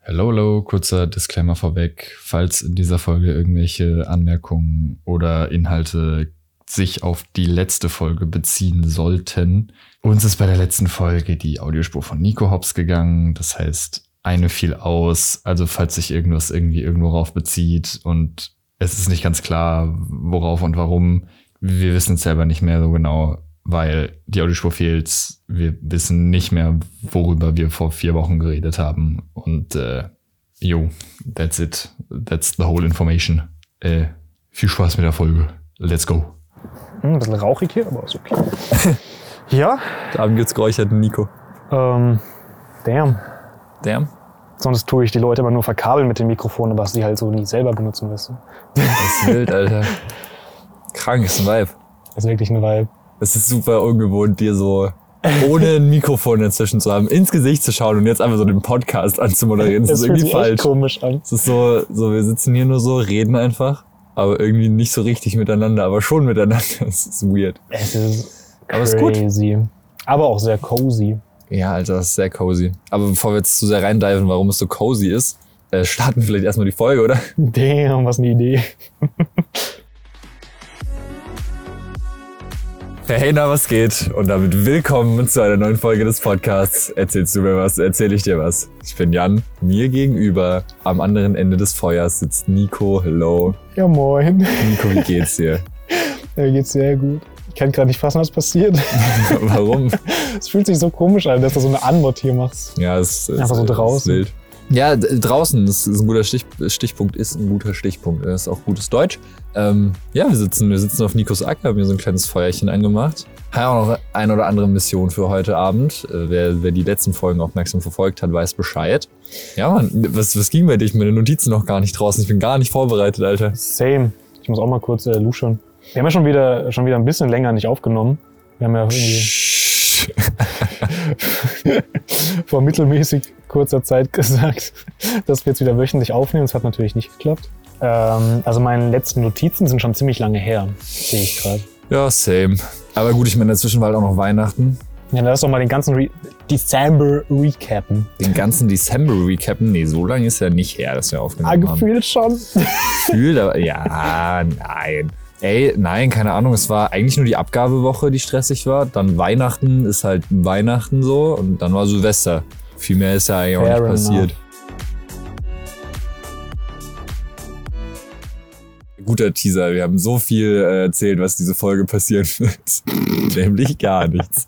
Hello, hello, kurzer Disclaimer vorweg. Falls in dieser Folge irgendwelche Anmerkungen oder Inhalte sich auf die letzte Folge beziehen sollten. Uns ist bei der letzten Folge die Audiospur von Nico Hobbs gegangen. Das heißt, eine fiel aus. Also falls sich irgendwas irgendwie irgendwo rauf bezieht und es ist nicht ganz klar, worauf und warum. Wir wissen es selber nicht mehr so genau, weil die Audiospur fehlt. Wir wissen nicht mehr, worüber wir vor vier Wochen geredet haben. Und äh, yo, that's it. That's the whole information. Äh, viel Spaß mit der Folge. Let's go. Hm, ein bisschen rauchig hier, aber ist okay. ja, Da haben jetzt geräucherten Nico. ähm, damn. Damn. Sonst tue ich die Leute immer nur verkabeln mit den Mikrofonen, was sie halt so nie selber benutzen müssen. Das ist wild, Alter. Krank ist ein Vibe. Das ist wirklich ein Vibe. Es ist super ungewohnt, dir so ohne ein Mikrofon dazwischen zu haben, ins Gesicht zu schauen und jetzt einfach so den Podcast anzumoderieren. Das, Es ist fühlt irgendwie sich echt falsch. komisch an. Es ist so, so, wir sitzen hier nur so, reden einfach, aber irgendwie nicht so richtig miteinander, aber schon miteinander. Das ist weird. Es ist Aber ist gut. crazy. Aber auch sehr cozy. Ja, Alter, das ist sehr cozy. Aber bevor wir jetzt zu sehr reindiven, warum es so cozy ist, äh, starten wir vielleicht erstmal die Folge, oder? Damn, was eine Idee. Hey, na, was geht? Und damit willkommen zu einer neuen Folge des Podcasts. Erzählst du mir was, erzähle ich dir was. Ich bin Jan. Mir gegenüber, am anderen Ende des Feuers, sitzt Nico. Hello. Ja, moin. Nico, wie geht's dir? Mir geht's sehr gut. Ich kann gerade nicht fassen, was passiert. Warum? Es fühlt sich so komisch an, dass du so eine Anmod hier machst. Ja, es ist Einfach so draußen. Ist wild. Ja, d- draußen ist, ist ein guter Stich, Stichpunkt, ist ein guter Stichpunkt. Das ist auch gutes Deutsch. Ähm, ja, wir sitzen, wir sitzen auf Nikos Acker, haben hier so ein kleines Feuerchen angemacht. Haben auch noch ein oder andere Mission für heute Abend. Äh, wer, wer die letzten Folgen aufmerksam verfolgt hat, weiß Bescheid. Ja, Mann, was, was ging bei dir? Ich meine Notizen noch gar nicht draußen. Ich bin gar nicht vorbereitet, Alter. Same. Ich muss auch mal kurz äh, luschern. Wir haben ja schon wieder, schon wieder ein bisschen länger nicht aufgenommen. Wir haben ja irgendwie Psch. vor mittelmäßig kurzer Zeit gesagt, dass wir jetzt wieder wöchentlich aufnehmen. Das hat natürlich nicht geklappt. Ähm, also meine letzten Notizen sind schon ziemlich lange her, sehe ich gerade. Ja, same. Aber gut, ich meine, dazwischen war halt auch noch Weihnachten. Ja, lass doch mal den ganzen Re Dezember recappen. Den ganzen Dezember recappen. Nee, so lange ist ja nicht her, dass wir Ah, aufgenommen haben. gefühlt schon. Gefühl, aber ja, nein. Ey, nein, keine Ahnung. Es war eigentlich nur die Abgabewoche, die stressig war. Dann Weihnachten ist halt Weihnachten so und dann war Silvester. Viel mehr ist ja eigentlich auch Fair nicht passiert. Guter Teaser. Wir haben so viel äh, erzählt, was diese Folge passieren wird. Nämlich gar nichts.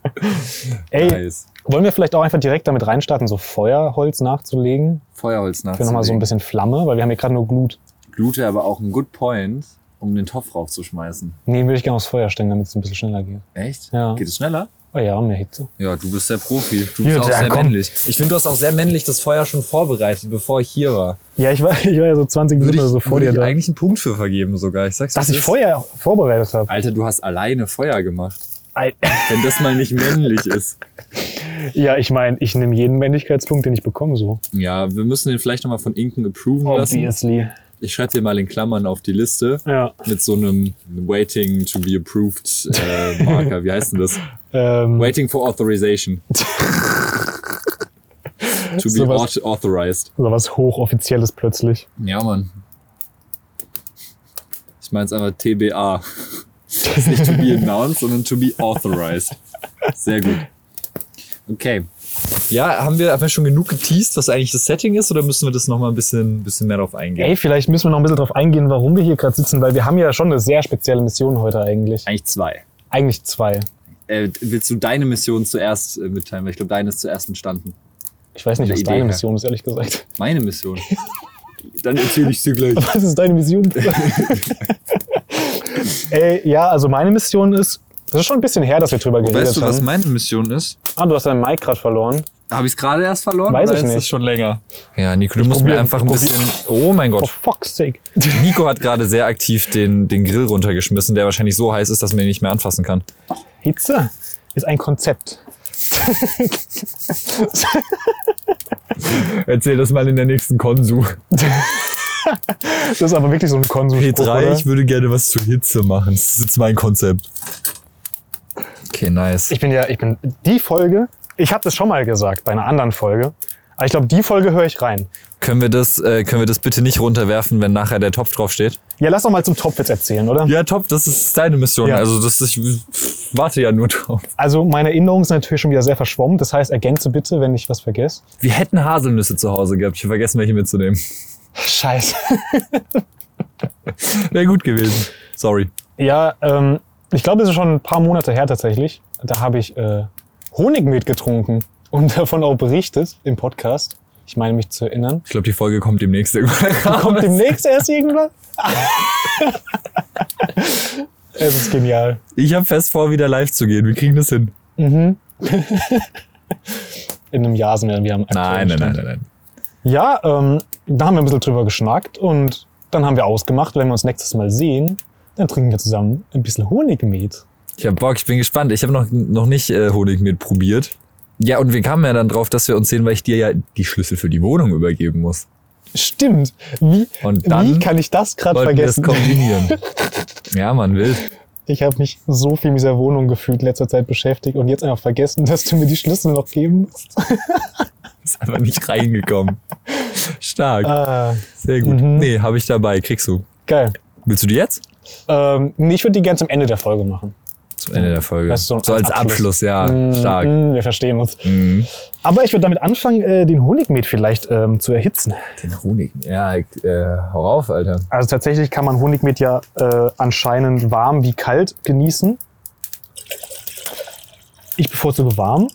Ey, Nice. wollen wir vielleicht auch einfach direkt damit reinstarten, so Feuerholz nachzulegen? Feuerholz Für nochmal so ein bisschen Flamme, weil wir haben hier gerade nur Glut. Glute aber auch ein Good Point, um den Topf raufzuschmeißen. Nee, würde ich gerne aufs Feuer stellen, damit es ein bisschen schneller geht. Echt? Ja. Geht es schneller? Oh ja, mehr Hitze. Ja, du bist der Profi. Du Ja, bist auch ja, sehr komm. männlich. Ich finde, du hast auch sehr männlich das Feuer schon vorbereitet, bevor ich hier war. Ja, ich war, ich war ja so 20 Minuten Würde ich, oder so vor würde dir ich da. eigentlich einen Punkt für vergeben sogar. Ich sag's Dass wie ich es ist. Feuer vorbereitet habe. Alter, du hast alleine Feuer gemacht. Wenn das mal nicht männlich ist. Ja, ich meine, ich nehme jeden Männlichkeitspunkt, den ich bekomme, so. Ja, wir müssen den vielleicht nochmal von Inken approven lassen. Obviously. Ich schreibe dir mal in Klammern auf die Liste Ja. mit so einem Waiting to be approved äh, Marker. Wie heißt denn das? Ähm, Waiting for authorization. to be Sowas. auth- authorized. Oder was Hochoffizielles plötzlich. Ja, Mann. Ich meine es einfach TBA. Das ist nicht to be announced, sondern to be authorized. Sehr gut. Okay. Ja, haben wir, haben wir schon genug geteased, was eigentlich das Setting ist, oder müssen wir das nochmal ein bisschen, bisschen mehr drauf eingehen? Ey, vielleicht müssen wir noch ein bisschen drauf eingehen, warum wir hier gerade sitzen, weil wir haben ja schon eine sehr spezielle Mission heute eigentlich. Eigentlich zwei. Eigentlich zwei. Äh, willst du deine Mission zuerst äh, mitteilen? Weil ich glaube, deine ist zuerst entstanden. Ich weiß nicht, was Eine Idee, ne? deine ja. Mission ist, ehrlich gesagt. Meine Mission. Dann erzähle ich dir gleich. Was ist deine Mission? Ey, ja, also meine Mission ist, das ist schon ein bisschen her, dass wir drüber geredet Weißt du, was haben. meine Mission ist? ah, du hast deinen Mic gerade verloren. Habe ich es gerade erst verloren? Weiß oder ich ist das nicht. schon länger. Ja, Nico, du musst probier- mir einfach ein probier- bisschen. Oh mein For Gott. fuck's sake. Nico hat gerade sehr aktiv den, den Grill runtergeschmissen, der wahrscheinlich so heiß ist, dass man ihn nicht mehr anfassen kann. Hitze ist ein Konzept. Erzähl das mal in der nächsten Konsum. Das ist aber wirklich so ein Konsum. P3, ich würde gerne was zur Hitze machen. Das ist jetzt mein Konzept. Okay, nice. Ich bin ja, ich bin die Folge, ich habe das schon mal gesagt bei einer anderen Folge, Aber ich glaube, die Folge höre ich rein. Können wir, das, äh, können wir das bitte nicht runterwerfen, wenn nachher der Topf draufsteht? Ja, lass doch mal zum Topf jetzt erzählen, oder? Ja, Topf, das ist deine Mission. Ja. Also das ist, ich pff, warte ja nur drauf. Also meine Erinnerungen sind natürlich schon wieder sehr verschwommen. Das heißt, ergänze bitte, wenn ich was vergesse. Wir hätten Haselnüsse zu Hause gehabt. Ich habe vergessen, welche mitzunehmen. Scheiße. Wäre gut gewesen. Sorry. Ja, ähm, ich glaube, es ist schon ein paar Monate her tatsächlich. Da habe ich äh, Honig mitgetrunken und davon auch berichtet im Podcast. Ich meine mich zu erinnern. Ich glaube, die Folge kommt demnächst irgendwann. Kommt demnächst erst irgendwann? es ist genial. Ich habe fest vor, wieder live zu gehen. Wir kriegen das hin. In einem Jahr sind wir dann wieder am aktuellen Nein, nein, nein, Stand. nein, nein. Ja, ähm, da haben wir ein bisschen drüber geschnackt und dann haben wir ausgemacht, wenn wir uns nächstes Mal sehen, dann trinken wir zusammen ein bisschen Honigmet. Ich hab Bock, ich bin gespannt. Ich habe noch, noch nicht äh, Honig mit probiert. Ja, und wir kamen ja dann drauf, dass wir uns sehen, weil ich dir ja die Schlüssel für die Wohnung übergeben muss. Stimmt. Wie, Und dann wie kann ich das gerade Wollten wir das vergessen? kombinieren. ja, man will. Ich habe mich so viel mit dieser Wohnung gefühlt letzter Zeit beschäftigt und jetzt einfach vergessen, dass du mir die Schlüssel noch geben musst. Ist einfach nicht reingekommen. Stark. Ah, Sehr gut. mhm. Nee, habe ich dabei. Kriegst du. geil. Willst du die jetzt? Ähm, nee, ich würde die gerne zum Ende der Folge machen. Zum Ende der Folge. Das ist so so, ein als Abschluss. Abschluss, ja. Mm, Stark. mm, wir verstehen uns. Mhm. Aber ich würde damit anfangen, äh, den Honigmet vielleicht ähm, zu erhitzen. Den Honig. Ja, äh, hau rauf, Alter. Also tatsächlich kann man Honigmet ja äh, anscheinend warm wie kalt genießen. Ich bevorzuge warm.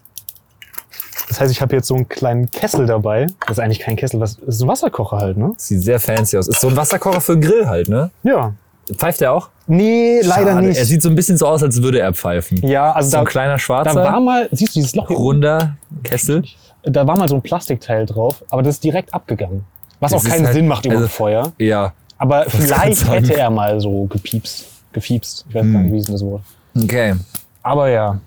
Das heißt, ich habe jetzt so einen kleinen Kessel dabei. Das ist eigentlich kein Kessel, was das ist ein Wasserkocher halt, ne? Sieht sehr fancy aus. Ist so ein Wasserkocher für den Grill halt, ne? Ja. Pfeift er auch? Nee, leider Schade. nicht. Er sieht so ein bisschen so aus, als würde er pfeifen. ja, So also ein da, kleiner schwarzer, da war mal, siehst du dieses Loch hier oben? runder Kessel. Da war mal so ein Plastikteil drauf, aber das ist direkt abgegangen. Was Das auch ist keinen halt- Sinn macht über also- ein Feuer. Ja. Aber ich grad vielleicht sagen. hätte er mal so gepiepst. Gefiepst. Ich weiß gar nicht, wie es denn das Wort. Okay. Aber ja.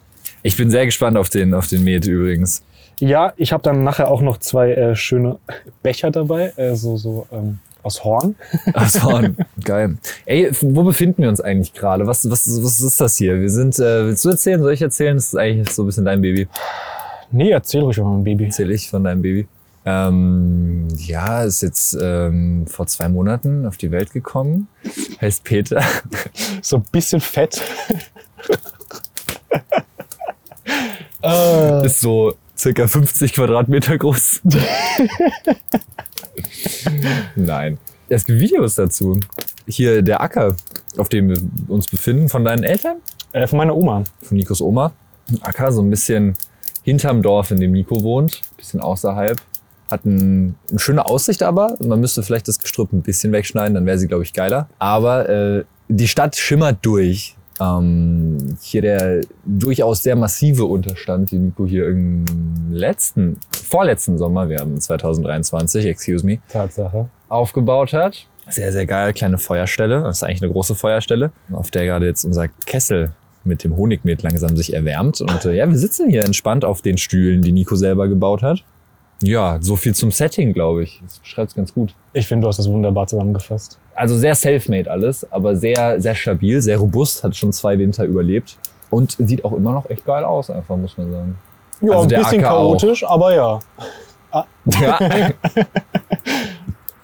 Ich bin sehr gespannt auf den, auf den Met übrigens. Ja, ich habe dann nachher auch noch zwei äh, schöne Becher dabei, äh, so, so ähm, aus Horn. Das war geil. Ey, wo befinden wir uns eigentlich gerade? Was, was, was ist das hier? Wir sind, äh, willst du erzählen? Soll ich erzählen? Das ist eigentlich so ein bisschen dein Baby. Nee, erzähl ruhig mal, mein Baby. Erzähl ich von deinem Baby. Ähm, ja, ist jetzt ähm, vor zwei Monaten auf die Welt gekommen. Heißt Peter. So ein bisschen fett. äh, Ist so circa 50 Quadratmeter groß. Nein. Es gibt Videos dazu. Hier der Acker, auf dem wir uns befinden, von deinen Eltern, äh, von meiner Oma. von Nikos Oma. Ein Acker, so ein bisschen hinterm Dorf, in dem Nico wohnt, bisschen außerhalb. Hat ein, eine schöne Aussicht aber. Man müsste vielleicht das Gestrüpp ein bisschen wegschneiden, dann wäre sie, glaube ich, geiler. Aber äh, die Stadt schimmert durch. Ähm, hier der durchaus sehr massive Unterstand, den Nico hier im letzten, vorletzten Sommer, wir haben 2023, excuse me, Tatsache. aufgebaut hat. Sehr, sehr geil, kleine Feuerstelle. Das ist eigentlich eine große Feuerstelle, auf der gerade jetzt unser Kessel mit dem Honigmet langsam sich erwärmt. Und äh, ja, wir sitzen hier entspannt auf den Stühlen, die Nico selber gebaut hat. Ja, so viel zum Setting, glaube ich. Das beschreibt's ganz gut. Ich finde, du hast das wunderbar zusammengefasst. Also sehr self-made alles, aber sehr, sehr stabil, sehr robust, hat schon zwei Winter überlebt und sieht auch immer noch echt geil aus, einfach, muss man sagen. Ja, Also ein der bisschen Acker auch. chaotisch, aber ja. Ja.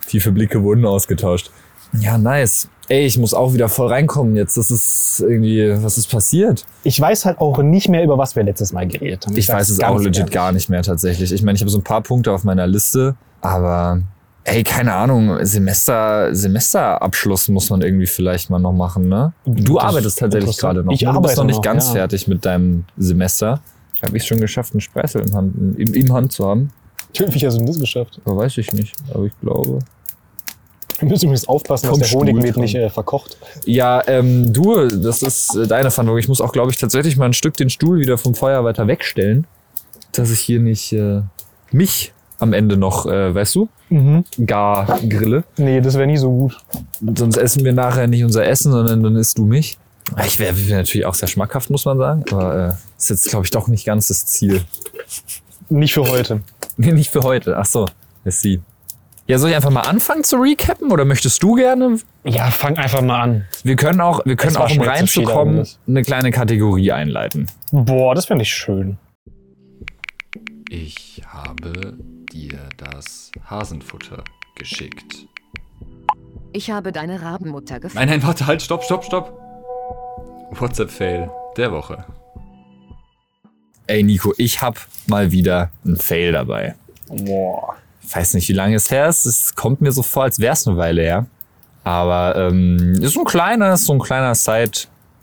Tiefe Blicke wurden ausgetauscht. Ja, nice. Ey, ich muss auch wieder voll reinkommen jetzt. Das ist irgendwie, was ist passiert? Ich weiß halt auch nicht mehr, über was wir letztes Mal geredet haben. Ich, sag's weiß es ganz auch legit ehrlich. gar nicht mehr tatsächlich. Ich meine, ich habe so ein paar Punkte auf meiner Liste, aber ey, keine Ahnung, Semester, Semesterabschluss muss man irgendwie vielleicht mal noch machen, ne? Du Das arbeitest ist tatsächlich interessant. gerade noch. Ich ne? du bist arbeite noch nicht noch, ganz ja. fertig mit deinem Semester. Habe ich schon geschafft, einen Spreißel im Hand, im, im Hand zu haben? Natürlich, Wie hast du denn das geschafft? Aber weiß ich nicht, aber ich glaube. Wir müssen übrigens aufpassen, Komm, dass der Stuhl Honigmet dran. nicht äh, verkocht. Ja, ähm, du, das ist äh, deine Verantwortung. Ich muss auch, glaube ich, tatsächlich mal ein Stück den Stuhl wieder vom Feuer weiter wegstellen, dass ich hier nicht äh, mich am Ende noch, äh, weißt du, Mhm. gar grille. Nee, das wäre nie so gut. Sonst essen wir nachher nicht unser Essen, sondern dann isst du mich. Ich wäre wär natürlich auch sehr schmackhaft, muss man sagen, aber äh, ist jetzt, glaube ich, doch nicht ganz das Ziel. Nicht für heute. Nee, nicht für heute. Ach so, ist sie. Ja, soll ich einfach mal anfangen zu recappen oder möchtest du gerne? Ja, fang einfach mal an. Wir können auch, wir können Es war auch um schon jetzt zu viel reinzukommen eigentlich. eine kleine Kategorie einleiten. Boah, das finde ich schön. Ich habe habt ihr das Hasenfutter geschickt. Ich habe deine Rabenmutter gefunden. Nein, nein, warte, halt, stopp, stopp, stopp. WhatsApp-Fail der Woche. Ey, Nico, ich hab mal wieder einen Fail dabei. Boah. Ich weiß nicht, wie lange es her ist. Es kommt mir so vor, als wär's eine Weile her. Aber ähm, ist so ein kleiner, ist so ein kleiner Side,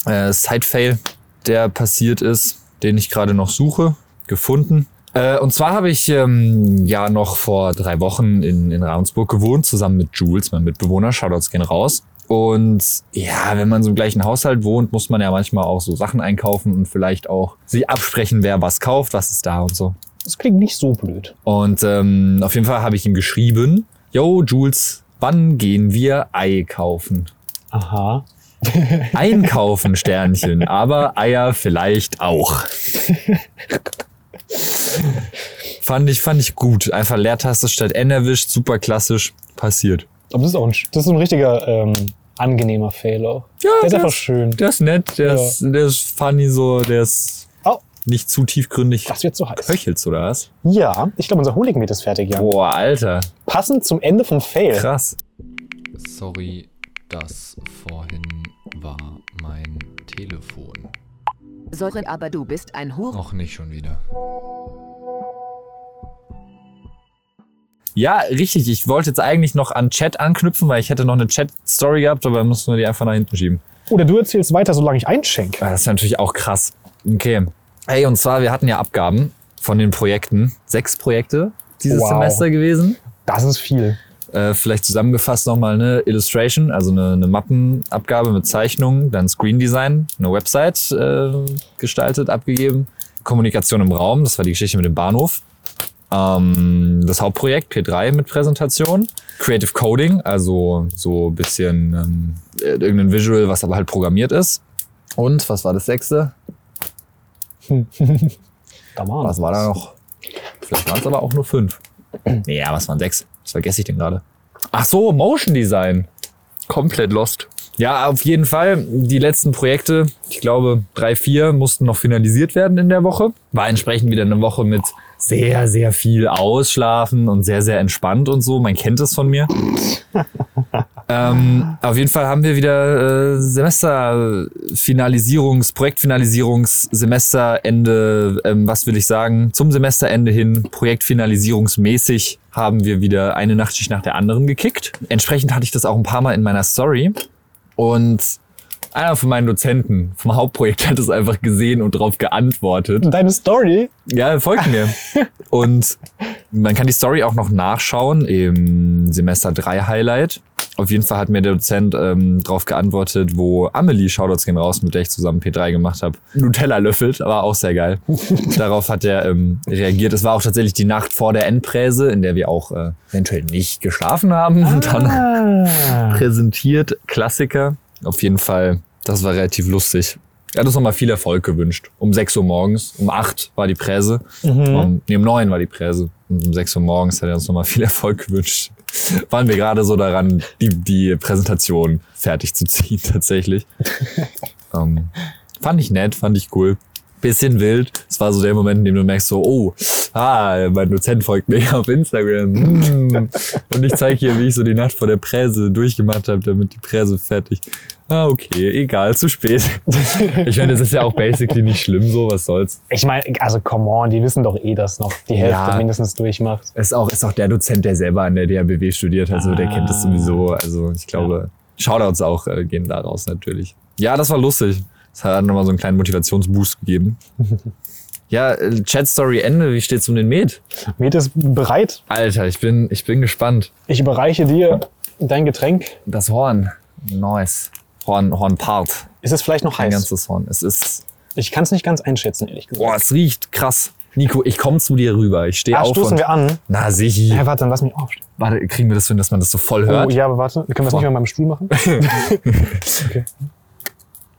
äh, Side-Fail, der passiert ist, den ich gerade noch suche, gefunden. Äh, und zwar habe ich ähm, ja noch vor drei Wochen in, in Ravensburg gewohnt, zusammen mit Jules, meinem Mitbewohner. Shoutouts gehen raus. Und ja, wenn man so im gleichen Haushalt wohnt, muss man ja manchmal auch so Sachen einkaufen und vielleicht auch sich absprechen, wer was kauft, was ist da und so. Das klingt nicht so blöd. Und ähm, auf jeden Fall habe ich ihm geschrieben, yo Jules, wann gehen wir Ei kaufen? Aha. Einkaufen, Sternchen, aber Eier vielleicht auch. fand, ich, fand ich gut. Einfach Leertaste statt N erwischt, super klassisch, passiert. Aber das ist auch ein, das ist ein richtiger ähm, angenehmer Fail auch. Ja, Der ist der, einfach ist, schön. der ist nett, der, Ja. ist, der ist funny so, der ist Oh. nicht zu tiefgründig. Das wird so heiß. Köchelst oder was? Ja, ich glaube, unser Holigenmeet ist fertig, ja. Boah, Alter, Passend zum Ende vom Fail. krass. Sorry, das vorhin war mein Telefon. Sorry, aber du bist ein Hure. Auch nicht schon wieder. Ja, richtig. Ich wollte jetzt eigentlich noch an Chat anknüpfen, weil ich hätte noch eine Chat-Story gehabt, aber dann mussten wir die einfach nach hinten schieben. Oder du erzählst weiter, solange ich einschenke. Ah, Das ist natürlich auch krass. Okay. Ey, und zwar, wir hatten ja Abgaben von den Projekten. Sechs Projekte dieses Wow. Semester gewesen. Das ist viel. Äh, vielleicht zusammengefasst nochmal eine Illustration, also eine, eine Mappenabgabe mit Zeichnungen, dann Screen Design, eine Website äh, gestaltet, abgegeben, Kommunikation im Raum, das war die Geschichte mit dem Bahnhof, ähm, das Hauptprojekt P3 mit Präsentation, Creative Coding, also so ein bisschen ähm, irgendein Visual, was aber halt programmiert ist. Und was war das sechste? Da waren Was Ah, war da noch? Vielleicht waren es aber auch nur fünf. Nee, ja, was waren sechs? Was vergesse ich denn gerade? Ach so, Motion Design. Komplett lost. Ja, auf jeden Fall. Die letzten Projekte, ich glaube drei, vier, mussten noch finalisiert werden in der Woche. War entsprechend wieder eine Woche mit sehr, sehr viel Ausschlafen und sehr, sehr entspannt und so. Man kennt es von mir. Ähm, auf jeden Fall haben wir wieder äh, Semesterfinalisierungs, Projektfinalisierungs, Semesterende, ähm, was will ich sagen, zum Semesterende hin, Projektfinalisierungsmäßig haben wir wieder eine Nachtschicht nach der anderen gekickt. Entsprechend hatte ich das auch ein paar Mal in meiner Story. Und einer von meinen Dozenten vom Hauptprojekt hat es einfach gesehen und darauf geantwortet. Deine Story? Ja, folgt mir. Und man kann die Story auch noch nachschauen im Semester 3 Highlight. Auf jeden Fall hat mir der Dozent ähm, darauf geantwortet, wo Amelie, Shoutouts gehen raus, mit der ich zusammen P3 gemacht habe, Nutella löffelt, aber auch sehr geil. Darauf hat er ähm, reagiert. Es war auch tatsächlich die Nacht vor der Endpräse, in der wir auch äh, eventuell nicht geschlafen haben. Und dann Ah. präsentiert Klassiker. Auf jeden Fall, das war relativ lustig. Er hat uns nochmal viel Erfolg gewünscht. Um 6 Uhr morgens, um 8 war die Präse. Um, nee, um 9 war die Präse. Und um 6 Uhr morgens hat er uns nochmal viel Erfolg gewünscht. Waren wir gerade so daran, die, die Präsentation fertig zu ziehen, tatsächlich. ähm, fand ich nett, fand ich cool. Bisschen wild. Es war so der Moment, in dem du merkst so, oh, ah, mein Dozent folgt mir auf Instagram. Hm. Und ich zeige hier, wie ich so die Nacht vor der Präse durchgemacht habe, damit die Präse fertig. Ah, okay, egal, zu spät. Ich meine, das ist ja auch basically nicht schlimm so, was soll's. Ich meine, also come on, die wissen doch eh, dass noch die Hälfte Ja. mindestens durchmacht. Ist auch, ist auch der Dozent, der selber an der DHBW studiert, also der kennt das sowieso. Also ich glaube, Shoutouts auch äh, gehen da raus natürlich. Ja, das war lustig. Das hat nochmal so einen kleinen Motivationsboost gegeben. Ja, äh, Chat-Story Ende, wie steht's um den Med? Met ist bereit. Alter, ich bin, ich bin gespannt. Ich überreiche dir dein Getränk. Das Horn. Nice. Horn, Hornpart. Ist es vielleicht noch Ein heiß? ganzes Horn. Es ist Ich kann es nicht ganz einschätzen, ehrlich gesagt. Boah, es riecht krass. Nico, ich komme zu dir rüber. Ich stehe Ah, auf stoßen und... wir an. Na, sichi. Ja, warte, dann lass mich auf. Warte, kriegen wir das hin, dass man das so voll Oh, Hm. hört? ja, aber warte, können wir es nicht mehr beim Stuhl machen?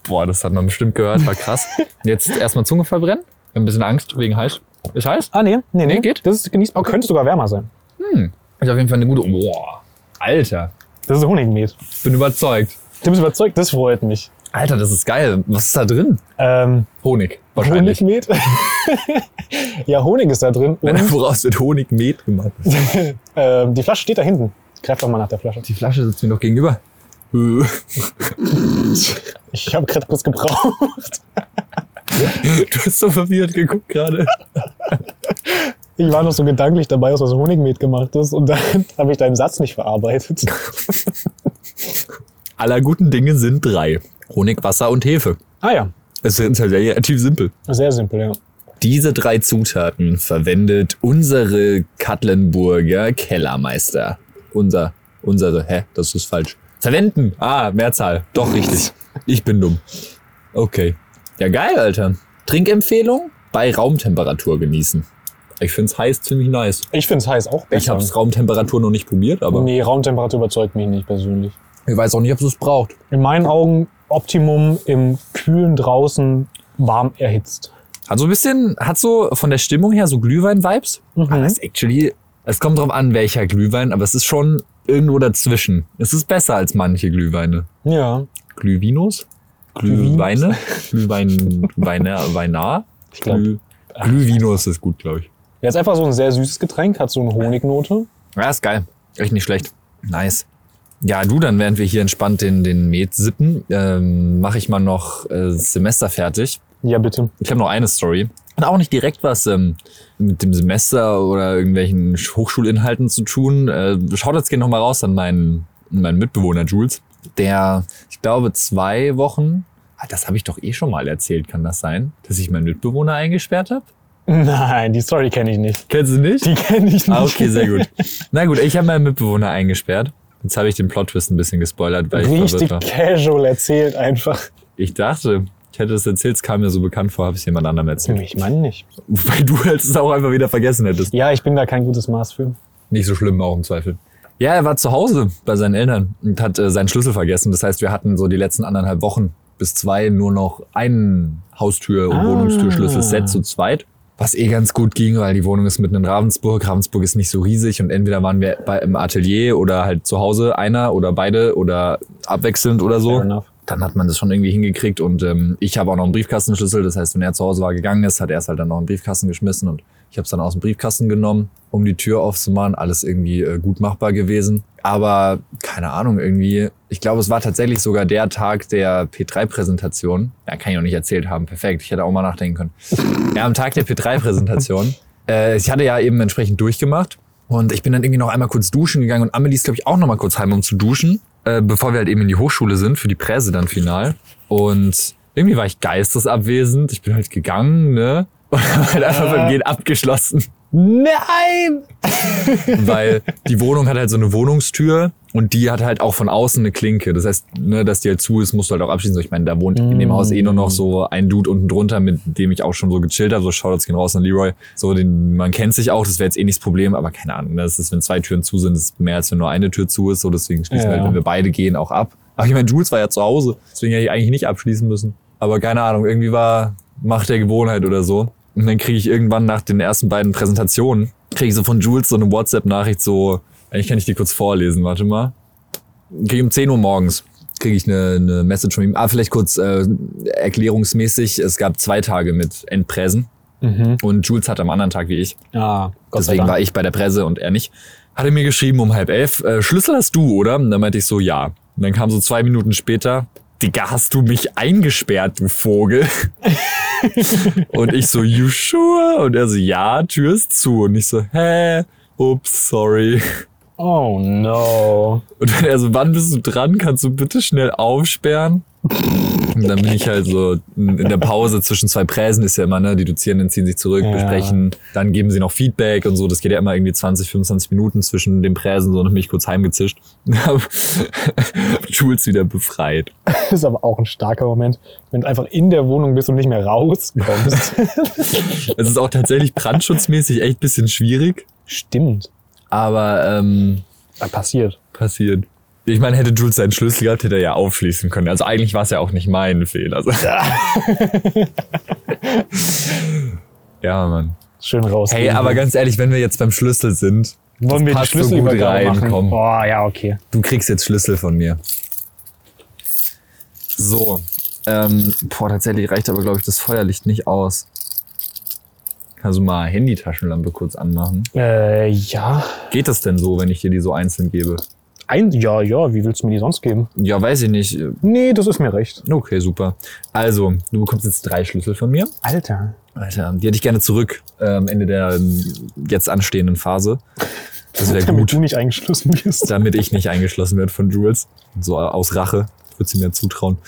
Boah, das hat man bestimmt gehört. War krass. Jetzt erstmal Zunge verbrennen. Ich hab Ein bisschen Angst wegen heiß. Ist heiß? Ah, nee, nee, nee. Nee, geht. Das ist genießbar. Könnte sogar wärmer sein. Ist auf jeden Fall eine gute... Boah, Alter. Das ist Honigmet. Ich bin überzeugt. Du bist überzeugt, das freut mich. Alter, das ist geil. Was ist da drin? Ähm, Honig. Wahrscheinlich. Honigmet? Ja, Honig ist da drin. Und, Woraus wird Honig Met gemacht? ähm, die Flasche steht da hinten. Greift doch mal nach der Flasche. Die Flasche sitzt mir noch gegenüber. Du Ich habe gerade kurz gebraucht. hast so verwirrt geguckt gerade. Ich war noch so gedanklich dabei, was aus Honigmet gemacht ist. Und dann habe ich deinen Satz nicht verarbeitet. Aller guten Dinge sind drei. Honig, Wasser und Hefe. Ah ja, Es ist halt relativ simpel. sehr simpel, ja. Diese drei Zutaten verwendet unsere Katlenburger Kellermeister. Unser, unsere, hä, das ist falsch. Verwenden, ah, Mehrzahl, doch richtig. Ich bin dumm. Okay. Ja, geil, Alter. Trinkempfehlung? Bei Raumtemperatur genießen. Ich find's heiß ziemlich nice. Ich finde es heiß auch besser. Ich hab's Raumtemperatur noch nicht probiert, aber nee, Raumtemperatur überzeugt mich nicht persönlich. ich weiß auch nicht, ob es braucht. In meinen Augen Optimum im Kühlen draußen warm erhitzt. Hat so ein bisschen, hat so von der Stimmung her so Glühwein-Vibes. Mhm. Aber es ist actually, es kommt drauf an, welcher Glühwein, aber es ist schon irgendwo dazwischen. Es ist besser als manche Glühweine. Ja, Glühvinos? Glühweine? Glühwein, Weine, Weinar? ich ah. glaube. Glüh- Glühvinos ist gut, glaube ich. Ja, ist einfach so ein sehr süßes Getränk, hat so eine Honignote. Ja, ist geil. Echt nicht schlecht. Nice. Ja, du, dann während wir hier entspannt den, den Met sippen, ähm, mache ich mal noch äh, das Semester fertig. Ja, bitte. Ich habe noch eine Story. Hat auch nicht direkt was ähm, mit dem Semester oder irgendwelchen Sch- Hochschulinhalten zu tun. Äh, schaut jetzt gerne nochmal raus an meinen, meinen Mitbewohner Jules, der, ich glaube, zwei Wochen, ah, das habe ich doch eh schon mal erzählt, kann das sein, dass ich meinen Mitbewohner eingesperrt habe? Nein, die Story kenne ich nicht. Kennst du nicht? Die kenne ich nicht. Ah, okay, sehr gut. Na gut, ich habe meinen Mitbewohner eingesperrt. Jetzt habe ich den Plot-Twist ein bisschen gespoilert, weil ich Richtig verwirrt war. casual erzählt einfach. Ich dachte, ich hätte das erzählt, es kam mir so bekannt vor, habe ich jemand anderem erzählt. Ich meine nicht. Wobei du jetzt es auch einfach wieder vergessen hättest. Ja, ich bin da kein gutes Maß für. Nicht so schlimm, auch im Zweifel. Ja, er war zu Hause bei seinen Eltern und hat äh, seinen Schlüssel vergessen. Das heißt, wir hatten so die letzten anderthalb Wochen bis zwei nur noch einen Haustür- und Ah. Wohnungstürschlüssel-Set zu zweit. Was eh ganz gut ging, weil die Wohnung ist mitten in Ravensburg. Ravensburg ist nicht so riesig und entweder waren wir bei, im Atelier oder halt zu Hause einer oder beide oder abwechselnd oder so Fair enough. dann hat man das schon irgendwie hingekriegt und ähm, ich habe auch noch einen Briefkastenschlüssel. Das heißt, wenn er zu Hause war gegangen ist, hat er es halt dann noch in den Briefkasten geschmissen und ich habe es dann aus dem Briefkasten genommen, um die Tür aufzumachen. Alles irgendwie äh, gut machbar gewesen. Aber keine Ahnung, irgendwie, ich glaube, es war tatsächlich sogar der Tag der P3-Präsentation. Ja, kann ich noch nicht erzählt haben. Perfekt, ich hätte auch mal nachdenken können. Ja, am Tag der P3-Präsentation. äh, ich hatte ja eben entsprechend durchgemacht und ich bin dann irgendwie noch einmal kurz duschen gegangen und Amelie ist, glaube ich, auch noch mal kurz heim, um zu duschen, äh, bevor wir halt eben in die Hochschule sind, für die Präse dann final. Und irgendwie war ich geistesabwesend. Ich bin halt gegangen, ne? Und hab halt einfach beim Gehen abgeschlossen. Nein! Weil die Wohnung hat halt so eine Wohnungstür und die hat halt auch von außen eine Klinke. Das heißt, ne, dass die halt zu ist, musst du halt auch abschließen. So, Ich meine, da wohnt in dem Haus eh nur noch so ein Dude unten drunter, mit dem ich auch schon so gechillt habe. So Shoutouts gehen raus an Leroy. So, den, man kennt sich auch, das wäre jetzt eh nicht das Problem, aber keine Ahnung. ne, Das ist, wenn zwei Türen zu sind, das ist mehr als wenn nur eine Tür zu ist. So, deswegen schließen wir Ja. halt, wenn wir beide gehen, auch ab. Aber ich meine, Jules war ja zu Hause, deswegen hätte ich eigentlich nicht abschließen müssen. Aber keine Ahnung, irgendwie war Macht der Gewohnheit oder so. Und dann kriege ich irgendwann nach den ersten beiden Präsentationen, kriege ich so von Jules so eine WhatsApp-Nachricht so, eigentlich kann ich die kurz vorlesen, warte mal. Kriege um 10 Uhr morgens kriege ich eine, eine Message von ihm. Ah, vielleicht kurz äh, erklärungsmäßig, es gab zwei Tage mit Endpräsen Mhm. und Jules hat am anderen Tag wie ich. Ah, Gott sei Deswegen Dank. war ich bei der Presse und er nicht. Hat er mir geschrieben um halb elf, äh, Schlüssel hast du, oder? Und dann meinte ich so, ja. Und dann kam so zwei Minuten später, Digga, hast du mich eingesperrt, du Vogel? und ich so, you sure? Und er so, ja, Tür ist zu. Und ich so, hä? Ups, sorry. Oh no. Und wenn er so, wann bist du dran? Kannst du bitte schnell aufsperren? Und dann bin ich halt so in in der Pause zwischen zwei Präsen ist ja immer, ne? Die Dozierenden ziehen sich zurück, Ja. besprechen, dann geben sie noch Feedback und so. Das geht ja immer irgendwie 20, 25 Minuten zwischen den Präsen, so und mich kurz heimgezischt. Und hab Jules wieder befreit. Ist aber auch ein starker Moment, wenn du einfach in der Wohnung bist und nicht mehr rauskommst. Es ist auch tatsächlich brandschutzmäßig echt bisschen schwierig, Stimmt. aber ähm, Ah, Passiert. passiert. Ich meine, hätte Jules seinen Schlüssel gehabt, hätte er ja aufschließen können. Also eigentlich war es ja auch nicht mein Fehler. Also. ja, Mann. Schön raus. Hey, aber ganz ehrlich, wenn wir jetzt beim Schlüssel sind, Wollen wir die passt so gut Schlüsselübergabe rein, machen? komm. Boah, ja, okay. du kriegst jetzt Schlüssel von mir. So. Ähm, boah, tatsächlich reicht aber, glaube ich, das Feuerlicht nicht aus. Kannst du mal Handy-Taschenlampe kurz anmachen? Äh, ja. Geht das denn so, wenn ich dir die so einzeln gebe? Ein, ja, ja, wie willst du mir die sonst geben? Ja, weiß ich nicht. Äh, Nee, das ist mir recht. Okay, super. Also, du bekommst jetzt drei Schlüssel von mir. Alter. Alter, die hätte ich gerne zurück äh, am Ende der ähm, jetzt anstehenden Phase. Das wäre Damit gut, du nicht eingeschlossen wirst. damit ich nicht eingeschlossen werde von Jules. So äh, aus Rache. Würde sie mir zutrauen.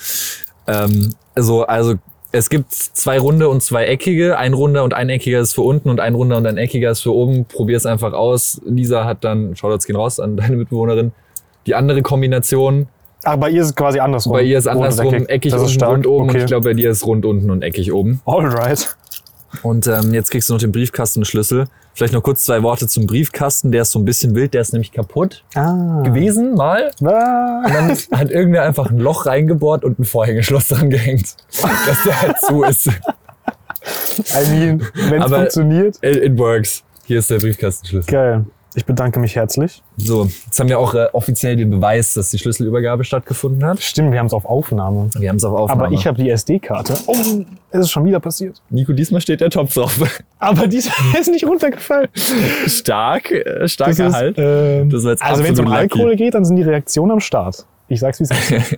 Ähm, also, also, es gibt zwei runde und zwei eckige. Ein runder und ein eckiger ist für unten und ein runder und ein eckiger ist für oben. Probier's einfach aus. Lisa hat dann, Shoutouts gehen raus an deine Mitbewohnerin, die andere Kombination. Ach, bei ihr ist es quasi andersrum. Bei ihr ist andersrum, Ohne eckig Oh, Das ist unten, stark. rund oben. Und Okay. ich glaube, bei dir ist rund unten und eckig oben. Alright. Und ähm, jetzt kriegst du noch den Briefkastenschlüssel. Vielleicht noch kurz zwei Worte zum Briefkasten. Der ist so ein bisschen wild, der ist nämlich kaputt Ah. gewesen mal. Ah. Dann hat irgendwer einfach ein Loch reingebohrt und ein Vorhängeschloss dran gehängt, dass der halt zu ist. I mean, wenn es Aber- funktioniert. It, it works. Hier ist der Briefkastenschlüssel. Geil. Ich bedanke mich herzlich. So, jetzt haben wir auch äh, offiziell den Beweis, dass die Schlüsselübergabe stattgefunden hat. Stimmt, wir haben es auf Aufnahme. Wir haben es auf Aufnahme. Aber ich habe die SD-Karte. Oh, es ist schon wieder passiert. Nico, diesmal steht der Topf drauf. Aber die ist nicht runtergefallen. Stark, äh, Das starker ist, Halt. ähm, Das war jetzt also wenn es um absolut lucky. Alkohol geht, dann sind die Reaktionen am Start. Ich sag's wie es ist.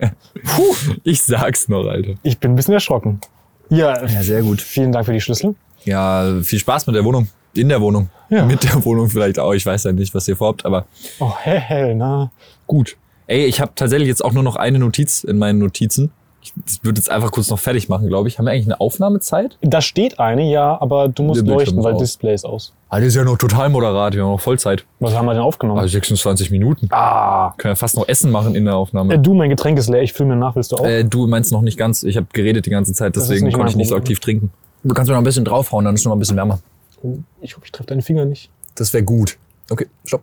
Ich sag's noch, Alter. Ich bin ein bisschen erschrocken. Ja, Ja, sehr gut. vielen Dank für die Schlüssel. Ja, viel Spaß mit der Wohnung. In der Wohnung. Ja. Mit der Wohnung vielleicht auch. Ich weiß ja nicht, was ihr vorhabt, aber Oh, hell, hell, na. gut. Ey, ich habe tatsächlich jetzt auch nur noch eine Notiz in meinen Notizen. Ich würde jetzt einfach kurz noch fertig machen, glaube ich. Haben wir eigentlich eine Aufnahmezeit? Da steht eine, ja, aber du musst Der leuchten, Bildschirm ist weil aus. Display ist aus. Ah, das ist ja noch total moderat. Wir haben noch Vollzeit. Was haben wir denn aufgenommen? Also 26 Minuten. ah. Können wir fast noch Essen machen in der Äh, Aufnahme. Du, mein Getränk ist leer. Ich fülle mir nach. Willst du auch? Äh, du meinst noch nicht ganz. Ich habe geredet die ganze Zeit, Das ist deswegen nicht konnte mein ich nicht so Problem. aktiv trinken. Du kannst mir noch ein bisschen draufhauen, dann ist noch mal ein bisschen wärmer. Oh, ich hoffe, ich treffe deine Finger nicht. Das wäre gut. Okay, stopp.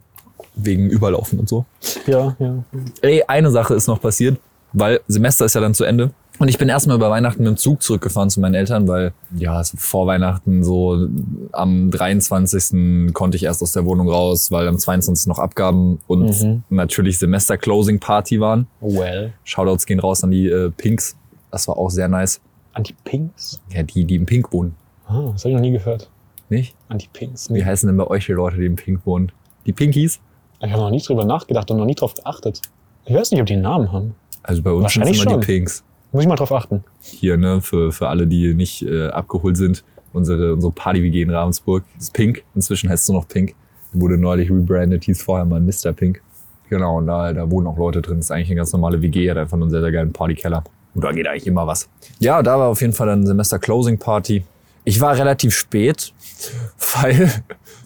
Wegen Überlaufen und so. Ja, ja. Ey, eine Sache ist noch passiert, weil Semester ist ja dann zu Ende. Und ich bin erstmal über Weihnachten mit dem Zug zurückgefahren zu meinen Eltern, weil ja, es- vor Weihnachten so am 23. konnte ich erst aus der Wohnung raus, weil am 22. noch Abgaben und Mhm. natürlich Semester-Closing-Party waren. Well. Shoutouts gehen raus an die äh, Pinks. Das war auch sehr nice. Anti-Pinks? Ja, die, die im Pink wohnen, Ah, das habe ich noch nie gehört. nicht? Anti-Pinks? Wie Nee. heißen denn bei euch die Leute, die im Pink wohnen? Die Pinkies? Ich habe noch nie drüber nachgedacht und noch nie drauf geachtet. Ich weiß nicht, ob die einen Namen haben. Also bei uns sind Wahrscheinlich immer schon. die Pinks. Muss ich mal drauf achten. hier, ne, für, für alle, die nicht äh, abgeholt sind, unsere, unsere Party-WG in Ravensburg ist Pink. Inzwischen heißt es nur noch Pink. Wurde neulich rebrandet, hieß vorher mal Mr. Pink. Genau, und da, da wohnen auch Leute drin. Ist eigentlich eine ganz normale WG, hat einfach nur einen sehr, sehr geilen Partykeller. Und da geht eigentlich immer was. Ja, da war auf jeden Fall dann Semester-Closing-Party. Ich war relativ spät, weil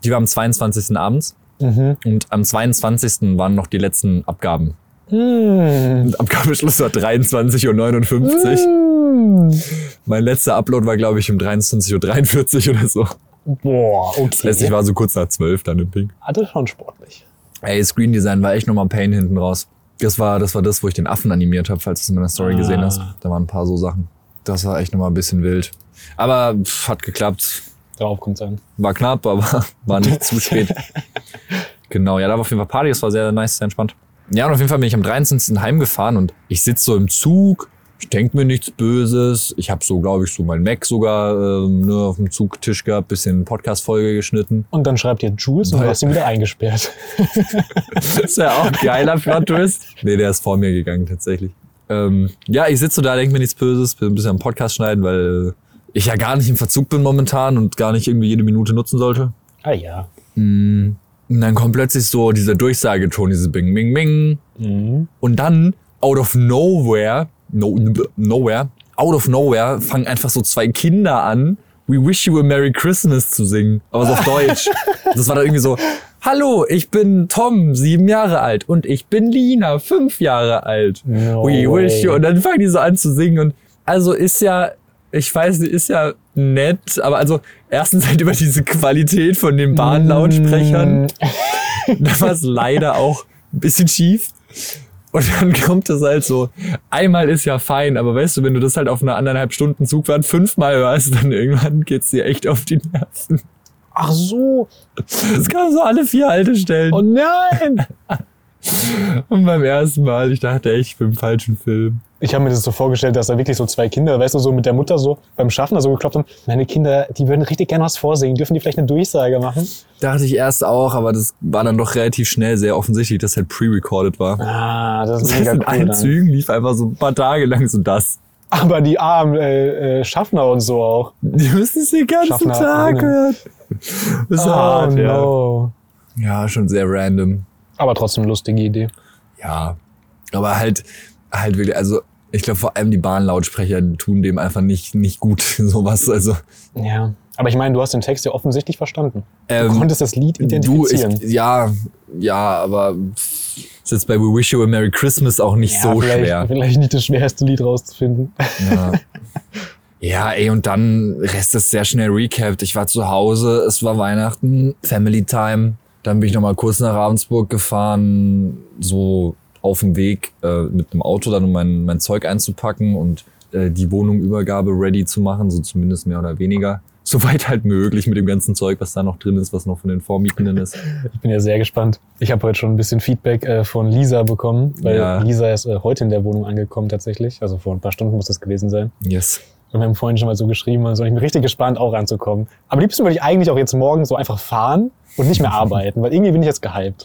die war am 22. abends. Mhm. Und am 22. waren noch die letzten Abgaben. Mmh. Und Abgabeschluss war 23.59 Uhr. Mein letzter Upload war, glaube ich, um 23.43 Uhr oder so. Boah, Das heißt, ich okay. war so kurz nach 12 dann im Ping. Hatte schon sportlich. Ey, Screen Design war echt nochmal ein Pain hinten raus. Das war, das war das, wo ich den Affen animiert habe, falls du es in meiner Story Ah. gesehen hast. Da waren ein paar so Sachen. Das war echt nochmal ein bisschen wild. Aber pff, hat geklappt. Darauf kommt an. War knapp, aber war nicht zu spät. Genau, ja, da war auf jeden Fall Party, das war sehr nice, sehr entspannt. Ja, und auf jeden Fall bin ich am 23. heimgefahren und ich sitze so im Zug, ich denke mir nichts Böses. Ich habe so, glaube ich, so mein Mac sogar ähm, ne, auf dem Zugtisch gehabt, bisschen Podcast-Folge geschnitten. Und dann schreibt ihr Jules und du Weil- hast ihn wieder eingesperrt. Das ist ja auch ein geiler Plot-Twist. Nee, der ist vor mir gegangen tatsächlich. Ähm, ja, ich sitze so da, denke mir nichts Böses, bin ein bisschen am Podcast schneiden, weil äh, ich ja gar nicht im Verzug bin momentan und gar nicht irgendwie jede Minute nutzen sollte. Ah ja. Mm. Und dann kommt plötzlich so dieser Durchsageton, diese Bing, Bing, Bing. Mhm. Und dann, out of nowhere, no, nowhere, out of nowhere, fangen einfach so zwei Kinder an, We Wish You a Merry Christmas zu singen. Aber so auf Deutsch. Das war dann irgendwie so, Hallo, ich bin Tom, sieben Jahre alt. Und ich bin Lina, fünf Jahre alt. No We way. wish you. Und dann fangen die so an zu singen. Und also ist ja, ich weiß nicht, ist ja nett. Aber also, erstens halt über diese Qualität von den Bahnlautsprechern. Mm. Da war es leider auch ein bisschen schief. Und dann kommt es halt so, einmal ist ja fein, aber weißt du, wenn du das halt auf einer anderthalb Stunden Zugfahrt fünfmal hörst, dann irgendwann geht's dir echt auf die Nerven. Ach so. Das kann so alle vier Haltestellen. Oh nein. Und beim ersten Mal, ich dachte echt, ich bin im falschen Film. Ich habe mir das so vorgestellt, dass da wirklich so zwei Kinder, weißt du, so mit der Mutter so beim Schaffen da so geklopft haben. Meine Kinder, die würden richtig gerne was vorsingen. Dürfen die vielleicht eine Durchsage machen? Dachte ich erst auch, aber das war dann doch relativ schnell sehr offensichtlich, dass halt pre-recorded war. Ah, das Das ist heißt, mega in cool. Dann. Einzügen lief einfach so ein paar Tage lang so das. Aber die armen äh, äh, Schaffner und so auch. Die müssen es den ganzen Schaffner, Tag Arne. hören. Das ist oh, hart, Ah, ja. no. Ja, schon sehr random. Aber trotzdem lustige Idee. Ja. Aber halt, halt wirklich, also ich glaube vor allem die Bahnlautsprecher tun dem einfach nicht, nicht gut, sowas. Also, Ja. Aber ich meine, du hast den Text ja offensichtlich verstanden. Du ähm, konntest das Lied du, ich, identifizieren. ja, ja, aber ist jetzt bei We Wish You a Merry Christmas auch nicht ja, so vielleicht, schwer. Vielleicht nicht das schwerste Lied rauszufinden. Ja. ja, ey, und dann Rest ist sehr schnell recapped. Ich war zu Hause, es war Weihnachten, Family Time. Dann bin ich nochmal kurz nach Ravensburg gefahren, so auf dem Weg äh, mit dem Auto dann, um mein, mein Zeug einzupacken und äh, die Wohnung Übergabe ready zu machen, so zumindest mehr oder weniger. Soweit halt möglich mit dem ganzen Zeug, was da noch drin ist, was noch von den Vormietenden ist. Ich bin ja sehr gespannt. Ich habe heute schon ein bisschen Feedback äh, von Lisa bekommen, weil Ja. Lisa ist äh, heute in der Wohnung angekommen tatsächlich. Also vor ein paar Stunden muss das gewesen sein. Yes. Und wir haben vorhin schon mal so geschrieben und so. Ich bin richtig gespannt, auch ranzukommen. Am liebsten würde ich eigentlich auch jetzt morgen so einfach fahren und nicht mehr arbeiten, weil irgendwie bin ich jetzt gehypt.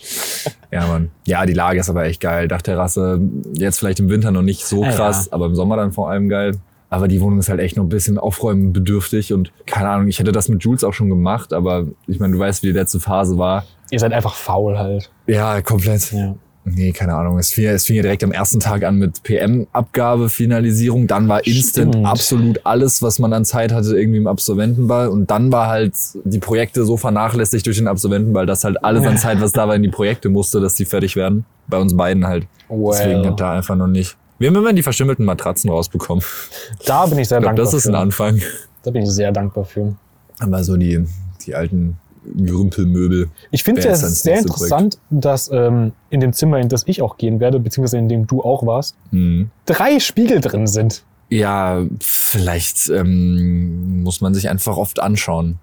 Ja, Mann. Ja, die Lage ist aber echt geil. Dachterrasse, jetzt vielleicht im Winter noch nicht so Ja, krass, aber im Sommer dann vor allem geil. Aber die Wohnung ist halt echt noch ein bisschen aufräumbedürftig und keine Ahnung, ich hätte das mit Jules auch schon gemacht, aber ich meine, du weißt, wie die letzte Phase war. Ihr seid einfach faul halt. Ja, komplett. Ja. Nee, keine Ahnung. Es fing, es fing ja direkt am ersten Tag an mit PM-Abgabe, Finalisierung. Dann war instant Stimmt. absolut alles, was man an Zeit hatte, irgendwie im Absolventenball. Und dann war halt die Projekte so vernachlässigt durch den Absolventenball, dass halt alles an Zeit, was da war, in die Projekte musste, dass die fertig werden. Bei uns beiden halt. Well. Deswegen hat da einfach noch nicht. Wir haben immerhin die verschimmelten Matratzen rausbekommen. Da bin ich sehr Ich glaube, dankbar. das ist für. ein Anfang. Da bin ich sehr dankbar für. Aber so die, die alten Gerümpelmöbel. Ich finde es Wer ja ist dann das sehr nächste interessant, dass ähm, in dem Zimmer, in das ich auch gehen werde, beziehungsweise in dem du auch warst, Mhm. drei Spiegel drin sind. Ja, vielleicht ähm, muss man sich einfach oft anschauen.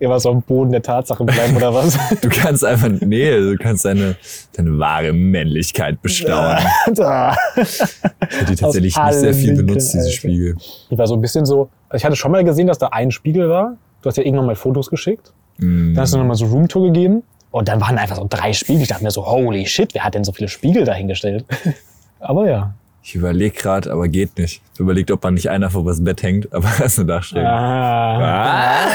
Immer so am Boden der Tatsachen bleiben oder was? Du kannst einfach, nee, du kannst deine, deine wahre Männlichkeit bestaunen. da. Ich hätte die tatsächlich nicht allen sehr viel Winkeln, benutzt, diese Alter. Spiegel. Ich war so ein bisschen so, also ich hatte schon mal gesehen, dass da ein Spiegel war. Du hast ja irgendwann mal Fotos geschickt. Mhm. Dann hast du nochmal so Roomtour gegeben. Und dann waren einfach so drei Spiegel. Ich dachte mir so, holy shit, wer hat denn so viele Spiegel dahingestellt? Aber ja. Ich überlege gerade, aber geht nicht. Ich überlege, ob man nicht einer vor das Bett hängt, aber das ist eine Dachschräge. Ah. Ah.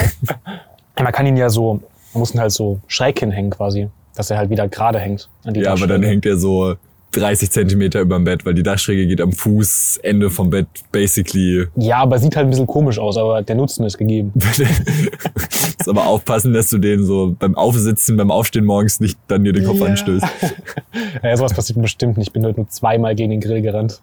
Man kann ihn ja so, man muss ihn halt so schräg hinhängen quasi, dass er halt wieder gerade hängt. An die Ja, aber Dachschräge. dann hängt er so 30 Zentimeter über dem Bett, weil die Dachschräge geht am Fußende vom Bett basically. Ja, aber sieht halt ein bisschen komisch aus, aber der Nutzen ist gegeben. Muss aber aufpassen, dass du den so beim Aufsitzen, beim Aufstehen morgens nicht dann dir den Kopf Ja. anstößt. Ja, sowas passiert mir bestimmt nicht. Ich bin heute nur zweimal gegen den Grill gerannt.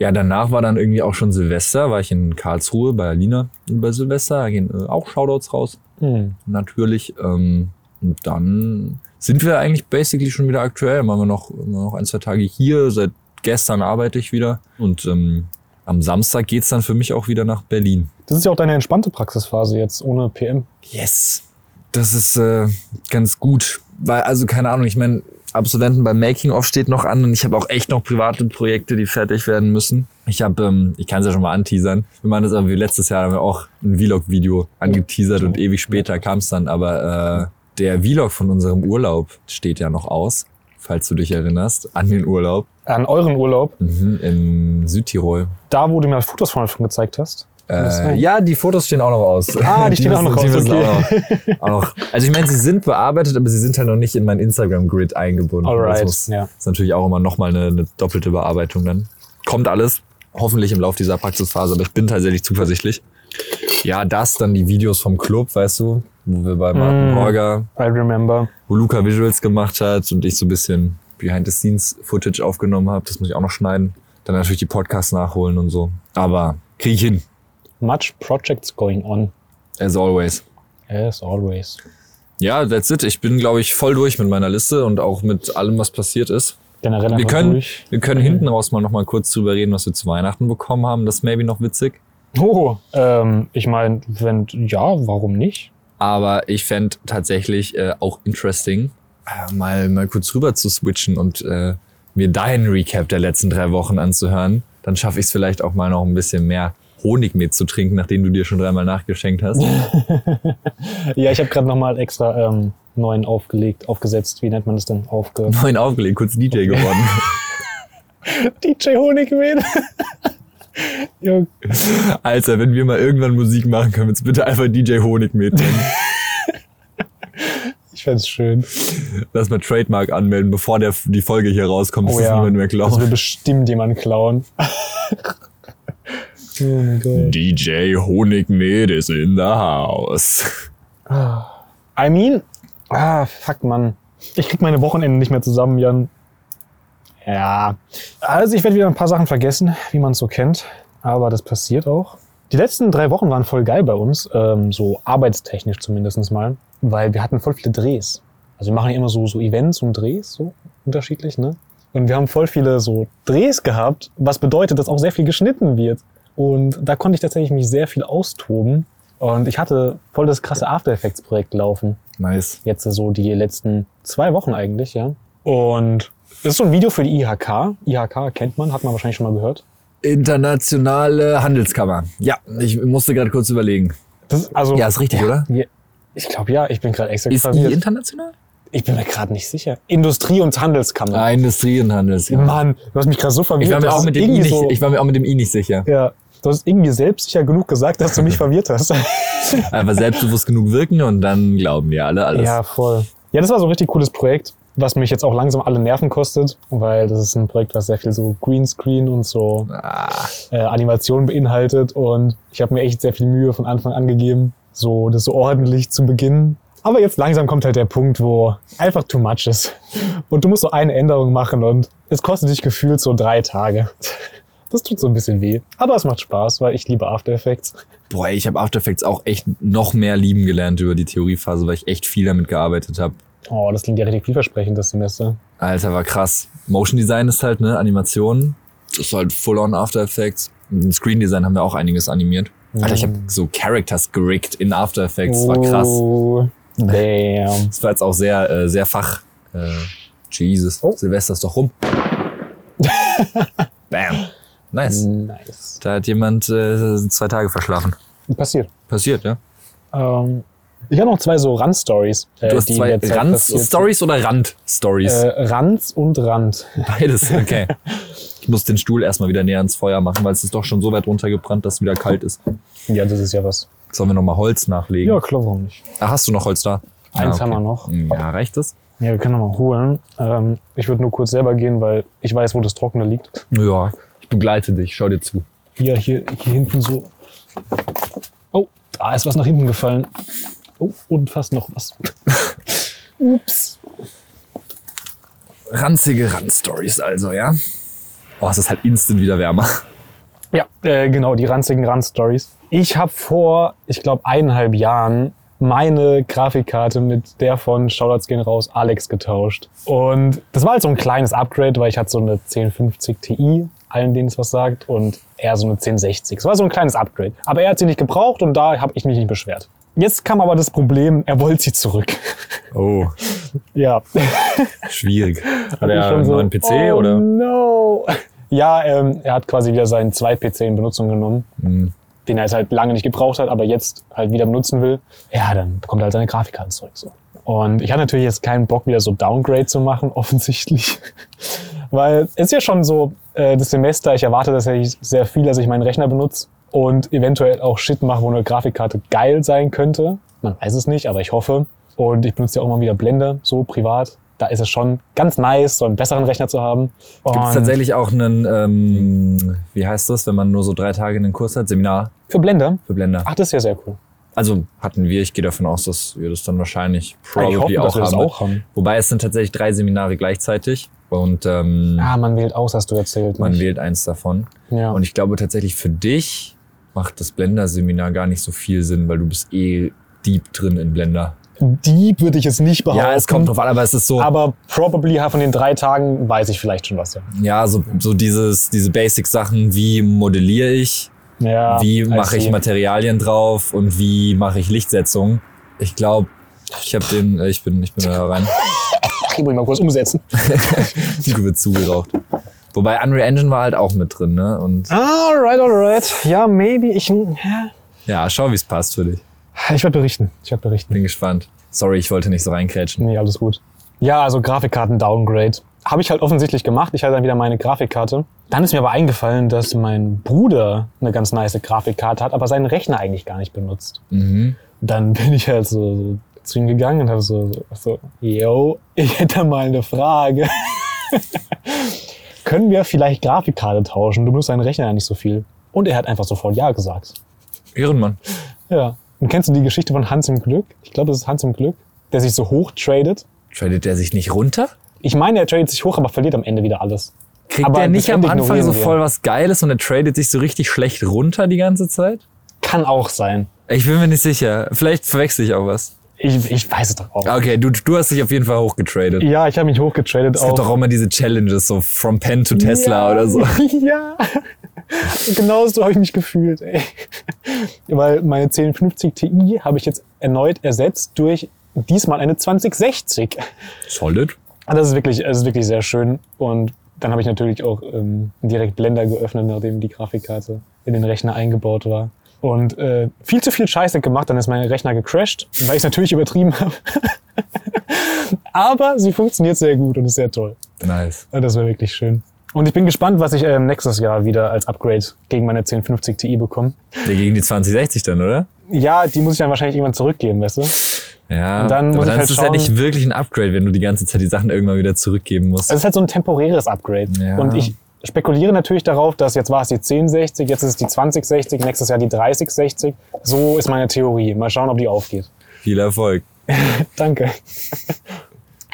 Ja, danach war dann irgendwie auch schon Silvester, war ich in Karlsruhe bei Alina über Silvester, da gehen äh, auch Shoutouts raus, Hm. natürlich. Ähm, und dann sind wir eigentlich basically schon wieder aktuell, machen wir noch, immer noch ein, zwei Tage hier, seit gestern arbeite ich wieder und ähm, am Samstag geht's dann für mich auch wieder nach Berlin. Das ist ja auch deine entspannte Praxisphase jetzt ohne PM. Yes. Das ist äh, ganz gut, weil also keine Ahnung, ich meine, Absolventen beim Making-of steht noch an und ich habe auch echt noch private Projekte, die fertig werden müssen. Ich habe, ähm, ich kann es ja schon mal anteasern. Wir machen das aber wie letztes Jahr, da haben wir auch ein Vlog-Video angeteasert und ewig später kam es dann. Aber äh, der Vlog von unserem Urlaub steht ja noch aus, falls du dich erinnerst, an den Urlaub An euren Urlaub, mhm, in Südtirol. da wo du mir Fotos von von gezeigt hast. Äh, Deswegen. ja, die Fotos stehen auch noch aus. Ah, die stehen auch noch aus, müssen Auch, auch noch. Also ich meine, sie sind bearbeitet, aber sie sind halt noch nicht in mein Instagram-Grid eingebunden. Also Alright, Das muss, ja. ist natürlich auch immer nochmal eine, eine doppelte Bearbeitung dann. Kommt alles, hoffentlich im Laufe dieser Praxisphase, aber ich bin tatsächlich zuversichtlich. Ja, das, dann die Videos vom Club, weißt du, wo wir bei Martin Mm. Horger, I remember. wo Luca Visuals gemacht hat und ich so ein bisschen Behind-the-Scenes-Footage aufgenommen habe. Das muss ich auch noch schneiden. Dann natürlich die Podcasts nachholen und so. Aber kriege ich hin, Much projects going on. as always. As always. Ja, that's it. Ich bin, glaube ich, voll durch mit meiner Liste und auch mit allem, was passiert ist. Generell Wir einfach können, durch. wir können hinten raus mal noch mal kurz drüber reden, was wir zu Weihnachten bekommen haben. Das ist maybe noch witzig. Oh, ähm, ich meine, wenn ja, warum nicht? Aber ich fänd tatsächlich äh, auch interesting, äh, mal, mal kurz rüber zu switchen und äh, mir deinen Recap der letzten drei Wochen anzuhören, dann schaffe ich es vielleicht auch mal noch ein bisschen mehr Honig mitzutrinken, nachdem du dir schon dreimal nachgeschenkt hast. ja, ich habe gerade nochmal extra ähm, neuen aufgelegt, aufgesetzt. Wie nennt man das denn? Aufge Neun aufgelegt, kurz DJ geworden. DJ Honigmehl. Jo, Alter, wenn wir mal irgendwann Musik machen, können wir jetzt bitte einfach DJ Honig mitnehmen. ich fänd's schön. Lass mal Trademark anmelden, bevor der, die Folge hier rauskommt, dass Oh es ja, niemand mehr das glaubt. will bestimmt jemand klauen. oh mein Gott. DJ Honigmed is in the house. I mean, ah, fuck, Mann. Ich krieg meine Wochenenden nicht mehr zusammen, Jan. Ja. Also, ich werde wieder ein paar Sachen vergessen, wie man es so kennt. Aber das passiert auch. Die letzten drei Wochen waren voll geil bei uns, ähm, so arbeitstechnisch zumindest mal, weil wir hatten voll viele Drehs. Also wir machen ja immer so, so Events und Drehs, so unterschiedlich, ne? Und wir haben voll viele so Drehs gehabt, was bedeutet, dass auch sehr viel geschnitten wird. Und da konnte ich tatsächlich mich sehr viel austoben. Und ich hatte voll das krasse After Effects Projekt laufen Nice. jetzt so die letzten zwei Wochen eigentlich, ja. Und das ist so ein Video für die IHK. IHK kennt man, hat man wahrscheinlich schon mal gehört. Internationale Handelskammer. Ja, ich musste gerade kurz überlegen. Das ist also, Ja, ist richtig, oder? Ja, ich glaube ja, ich bin gerade extra Ist die verwirrt. international? Ich bin mir gerade nicht sicher. Industrie- und Handelskammer. Ah, Industrie und Handels. Mann, du hast mich gerade so verwirrt. Ich war, mir Das auch ist mit dem I Mhm. irgendwie nicht, so, ich war mir auch mit dem I nicht sicher. ja, du hast irgendwie selbstsicher genug gesagt, dass du mich verwirrt hast. Einfach selbstbewusst genug wirken und dann glauben wir alle alles. Ja, voll. Ja, das war so ein richtig cooles Projekt, was mich jetzt auch langsam alle Nerven kostet, weil das ist ein Projekt, was sehr viel so Greenscreen und so äh, Animation beinhaltet und ich habe mir echt sehr viel Mühe von Anfang an gegeben, so das so ordentlich zu beginnen. Aber jetzt langsam kommt halt der Punkt, wo einfach too much ist. Und du musst so eine Änderung machen und es kostet dich gefühlt so drei Tage. Das tut so ein bisschen weh. Aber es macht Spaß, weil ich liebe After Effects. Boah, ich habe After Effects auch echt noch mehr lieben gelernt über die Theoriephase, weil ich echt viel damit gearbeitet habe. Oh, das klingt ja richtig vielversprechend, das Semester. Alter, war krass. Motion Design ist halt, ne, Animation. Das ist halt full on After Effects. Und im Screen Design haben wir auch einiges animiert. Alter, ich habe so Characters gerickt in After Effects. War krass. Oh, damn. Das war jetzt auch sehr, äh, sehr fach. Äh, Jesus. Oh. Silvester ist doch rum. Bam. Nice. Nice. Da hat jemand äh, zwei Tage verschlafen. Passiert. Passiert, ja? Ähm, ich habe noch zwei so Rand-Stories. äh, Du hast die in zwei der Zeit passiert sind. Rand-Stories oder Rand-Stories? Äh, Rand und Rand. Beides, okay. Ich muss den Stuhl erstmal wieder näher ans Feuer machen, weil es ist doch schon so weit runtergebrannt, dass es wieder kalt ist. Ja, das ist ja was. Sollen wir nochmal Holz nachlegen? Ja, klar, warum nicht? Ah, hast du noch Holz da? Eins Ah, haben wir noch. Ja, reicht das? Ja, wir können noch mal holen. Ähm, ich würde nur kurz selber gehen, weil ich weiß, wo das Trockene liegt. Ja. Ich begleite dich, schau dir zu. Hier, hier, hier hinten so. Oh, da ist was nach hinten gefallen. Oh, und fast noch was. Ups. Ranzige Rand-Stories also, ja? Oh, es ist halt instant wieder wärmer. Ja, äh, genau, die ranzigen Rand-Stories. Ich habe vor, ich glaube, eineinhalb Jahren meine Grafikkarte mit der von Shoutouts gehen raus Alex getauscht. Und das war halt so ein kleines Upgrade, weil ich hatte so eine 1050 Ti, allen denen es was sagt, und er so eine 1060. Es war so ein kleines Upgrade. Aber er hat sie nicht gebraucht und da habe ich mich nicht beschwert. Jetzt kam aber das Problem, er wollte sie zurück. Oh, ja. schwierig. Hat Ich er schon einen so, neuen PC oh, oder? No. Ja, ähm, er hat quasi wieder seinen 2-PC in Benutzung genommen, den er jetzt halt lange nicht gebraucht hat, aber jetzt halt wieder benutzen will. Ja, dann bekommt er halt seine Grafikkarten zurück. So. Und ich hatte natürlich jetzt keinen Bock, wieder so Downgrade zu machen, offensichtlich. Weil es ist ja schon so, äh, das Semester, ich erwarte tatsächlich sehr viel, dass ich meinen Rechner benutze und eventuell auch Shit mache, wo eine Grafikkarte geil sein könnte. Man weiß es nicht, aber ich hoffe. Und ich benutze ja auch immer wieder Blender, so privat. Da ist es schon ganz nice, so einen besseren Rechner zu haben. Gibt es Und tatsächlich auch einen, ähm, wie heißt das, wenn man nur so drei Tage einen Kurs hat? Seminar für Blender? für Blender. Ach, das ist ja sehr cool. Also hatten wir, ich gehe davon aus, dass wir das dann wahrscheinlich Ich hoffe, probably dass auch, wir das haben. auch haben. Wobei es sind tatsächlich drei Seminare gleichzeitig und ähm, Ah, man wählt aus, hast du erzählt. man nicht? wählt eins davon. Ja. Und ich glaube tatsächlich für dich macht das Blender-Seminar gar nicht so viel Sinn, weil du bist eh deep drin in Blender. Die würde ich jetzt nicht behaupten. Ja, es kommt drauf an, aber es ist so, Aber probably von den drei Tagen weiß ich vielleicht schon was. Ja, ja, so, so dieses, diese Basic-Sachen, wie modelliere ich, ja wie I mache ich see. Materialien drauf und wie mache ich Lichtsetzung. Ich glaube, ich habe den, äh, ich bin, ich bin da rein. Hebel mal kurz umsetzen. Nico wird zugeraucht. Wobei Unreal Engine war halt auch mit drin, ne? Und Alright, alright. Ja, maybe. Ich, ja. ja, schau, wie es passt für dich. ich werde berichten. Ich werde berichten. Bin gespannt. Sorry, ich wollte nicht so reinkrätschen. Nee, alles gut. Ja, also Grafikkarten-Downgrade. Habe ich halt offensichtlich gemacht. Ich hatte dann wieder meine Grafikkarte. Dann ist mir aber eingefallen, dass mein Bruder eine ganz nice Grafikkarte hat, aber seinen Rechner eigentlich gar nicht benutzt. Mhm. Dann bin ich halt so, so zu ihm gegangen und habe so, so, so, yo, ich hätte mal eine Frage. Können wir vielleicht Grafikkarte tauschen? Du benutzt deinen Rechner ja nicht so viel. Und er hat einfach sofort Ja gesagt. Ehrenmann. Ja. Und kennst du die Geschichte von Hans im Glück? Ich glaube, das ist Hans im Glück, der sich so hoch tradet. Tradet er sich nicht runter? Ich meine, er tradet sich hoch, aber verliert am Ende wieder alles. Kriegt Aber er nicht am letztendlich Anfang so ignorieren wir. voll was Geiles und er tradet sich so richtig schlecht runter die ganze Zeit? Kann auch sein. Ich bin mir nicht sicher. Vielleicht verwechsel ich auch was. Ich, ich weiß es doch auch. Ah, Okay, du, du hast dich auf jeden Fall hochgetradet. Ja, ich habe mich hochgetradet Es gibt doch auch immer diese Challenges, so from Pen to Tesla ja, oder so. Ja. Genau so habe ich mich gefühlt, ey. Weil meine 1050 Ti habe ich jetzt erneut ersetzt durch diesmal eine 2060. Solid. Also Das ist wirklich, das ist wirklich sehr schön. Und dann habe ich natürlich auch ähm, direkt Blender geöffnet, nachdem die Grafikkarte in den Rechner eingebaut war. Und äh, viel zu viel Scheiße gemacht, dann ist mein Rechner gecrashed, weil ich es natürlich übertrieben habe. Aber sie funktioniert sehr gut und ist sehr toll. Nice. Und das war wirklich schön. Und ich bin gespannt, was ich ähm, nächstes Jahr wieder als Upgrade gegen meine 1050 Ti bekomme. Der gegen die 2060 dann, oder? Ja, die muss ich dann wahrscheinlich irgendwann zurückgeben, weißt du? Ja. Und dann muss aber ich dann halt ist es ja schauen- nicht wirklich ein Upgrade, wenn du die ganze Zeit die Sachen irgendwann wieder zurückgeben musst. Es ist halt so ein temporäres Upgrade. Ja. Und ich spekuliere natürlich darauf, dass jetzt war es die 1060, jetzt ist es die 2060, nächstes Jahr die 3060. So ist meine Theorie. Mal schauen, ob die aufgeht. Viel Erfolg. Danke.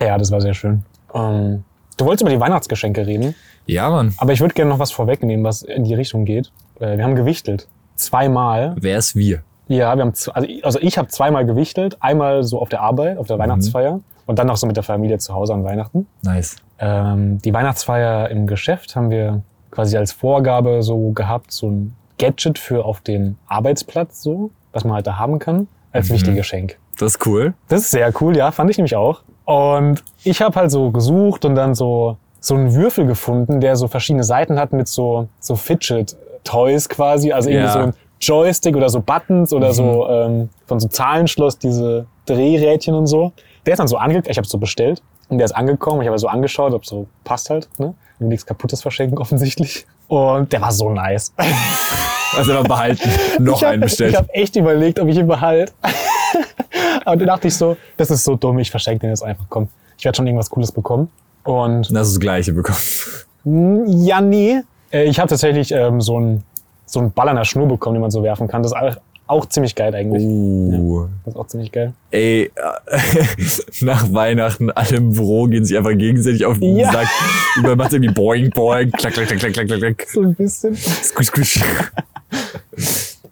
ja, das war sehr schön. Ähm, du wolltest über die Weihnachtsgeschenke reden, Ja, Mann. aber ich würde gerne noch was vorwegnehmen, was in die Richtung geht. Äh, wir haben gewichtelt. Zweimal. Wer ist wir? Ja, wir haben z- also ich, also ich habe zweimal gewichtelt. Einmal so auf der Arbeit, auf der Weihnachtsfeier und dann noch so mit der Familie zu Hause an Weihnachten. Nice. Ähm, die Weihnachtsfeier im Geschäft haben wir quasi als Vorgabe so gehabt, so ein Gadget für auf den Arbeitsplatz, so, was man halt da haben kann, als Wichtelgeschenk. Das ist cool. Das ist sehr cool, ja, fand ich nämlich auch. Und ich habe halt so gesucht und dann so, so einen Würfel gefunden, der so verschiedene Seiten hat mit so, so Fidget-Toys quasi, also irgendwie Ja. so ein Joystick oder so Buttons oder so ähm, von so Zahlenschloss, diese Drehrädchen und so. Der ist dann so angekommen, ich habe so bestellt und der ist angekommen. Ich habe so angeschaut, ob so passt halt, ne? Will nichts Kaputtes verschenken offensichtlich. Und der war so nice. Also dann behalten. Noch Ich hab- einen bestellt. Ich habe echt überlegt, ob ich ihn behalte. Aber dann dachte ich so, das ist so dumm, ich verschenke den jetzt einfach. Komm, ich werde schon irgendwas Cooles bekommen. Und Und hast du das gleiche bekommen. mm, ja, nee. Äh, Ich habe tatsächlich ähm, so einen so einen Ball an der Schnur bekommen, den man so werfen kann. Das ist auch, auch ziemlich geil eigentlich. Uh. Das ist auch ziemlich geil. Ey, äh, nach Weihnachten, alle im Büro gehen sich einfach gegenseitig auf den Ja. Sack. Überall macht irgendwie boing, boing, klack, klack, klack, klack, klack, klack, klack. So ein bisschen. Squish, squish.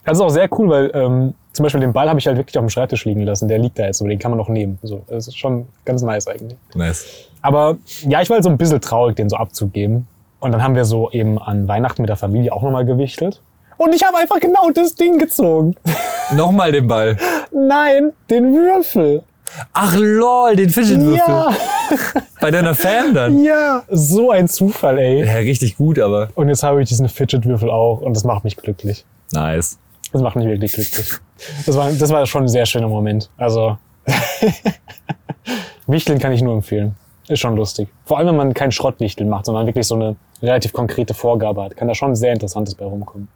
Das ist auch sehr cool, weil ähm, zum Beispiel den Ball habe ich halt wirklich auf dem Schreibtisch liegen lassen. Der liegt da jetzt so, den kann man noch nehmen. So, das ist schon ganz nice eigentlich. Nice. Aber ja, ich war halt so ein bisschen traurig, den so abzugeben. Und dann haben wir so eben an Weihnachten mit der Familie auch nochmal gewichtelt. Und ich habe einfach genau das Ding gezogen. Nochmal den Ball. Nein, den Würfel. Ach lol, den Fidgetwürfel. Ja, Bei deiner Fan dann. ja. So ein Zufall, ey. Ja, richtig gut, aber Und jetzt habe ich diesen Fidget-Würfel auch und das macht mich glücklich. nice. Das macht mich wirklich glücklich. Das war, das war schon ein sehr schöner Moment. Also, Wichteln kann ich nur empfehlen. Ist schon lustig. Vor allem, wenn man kein Schrottwichteln macht, sondern wirklich so eine relativ konkrete Vorgabe hat, kann da schon sehr Interessantes bei rumkommen.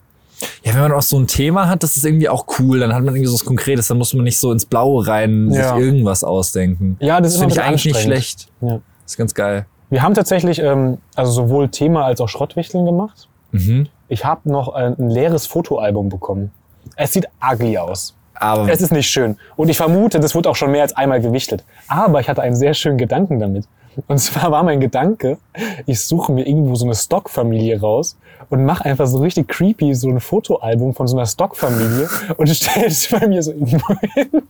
Ja, wenn man auch so ein Thema hat, das ist irgendwie auch cool. Dann hat man irgendwie so was Konkretes. Dann muss man nicht so ins Blaue rein Ja. sich irgendwas ausdenken. Ja, das ist finde ich immer ein eigentlich bisschen nicht anstrengend. schlecht. Ja. Ist ganz geil. Wir haben tatsächlich ähm, also sowohl Thema als auch Schrottwichteln gemacht. Mhm. Ich habe noch äh, ein leeres Fotoalbum bekommen. Es sieht ugly aus. Aber Es ist nicht schön. Und ich vermute, das wurde auch schon mehr als einmal gewichtet. Aber ich hatte einen sehr schönen Gedanken damit. Und zwar war mein Gedanke, ich suche mir irgendwo so eine Stockfamilie raus und mache einfach so richtig creepy so ein Fotoalbum von so einer Stockfamilie und stelle es bei mir so irgendwo hin.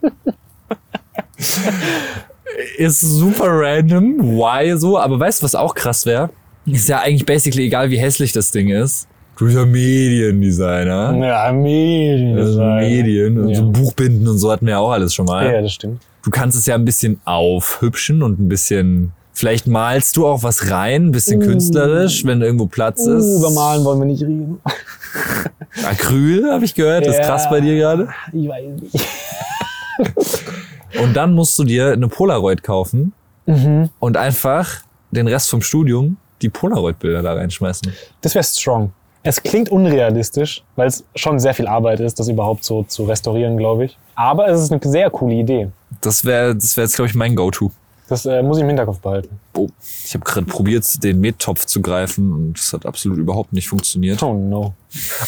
ist super random, why so, aber weißt du, was auch krass wäre? Mhm. Ist ja eigentlich basically egal, wie hässlich das Ding ist. Du bist ja Mediendesigner. Ja, Medien. Also Medien und Ja. so Buchbinden und so hatten wir ja auch alles schon mal. ja, das stimmt. Du kannst es ja ein bisschen aufhübschen und ein bisschen Vielleicht malst du auch was rein, bisschen Uh. künstlerisch, wenn irgendwo Platz ist. Uh, über Malen wollen wir nicht reden. Acryl, habe Ah, ich gehört, das ist Ja. krass bei dir gerade. Ich weiß nicht. Und dann musst du dir eine Polaroid kaufen Mhm. und einfach den Rest vom Studium die Polaroid-Bilder da reinschmeißen. Das wäre strong. Es klingt unrealistisch, weil es schon sehr viel Arbeit ist, das überhaupt so zu restaurieren, glaube ich. Aber es ist eine sehr coole Idee. Das wäre das wär jetzt, glaube ich, mein Go-To. Das äh, muss ich im Hinterkopf behalten. Oh, ich habe gerade probiert, den Mettopf zu greifen und das hat absolut überhaupt nicht funktioniert. Oh no.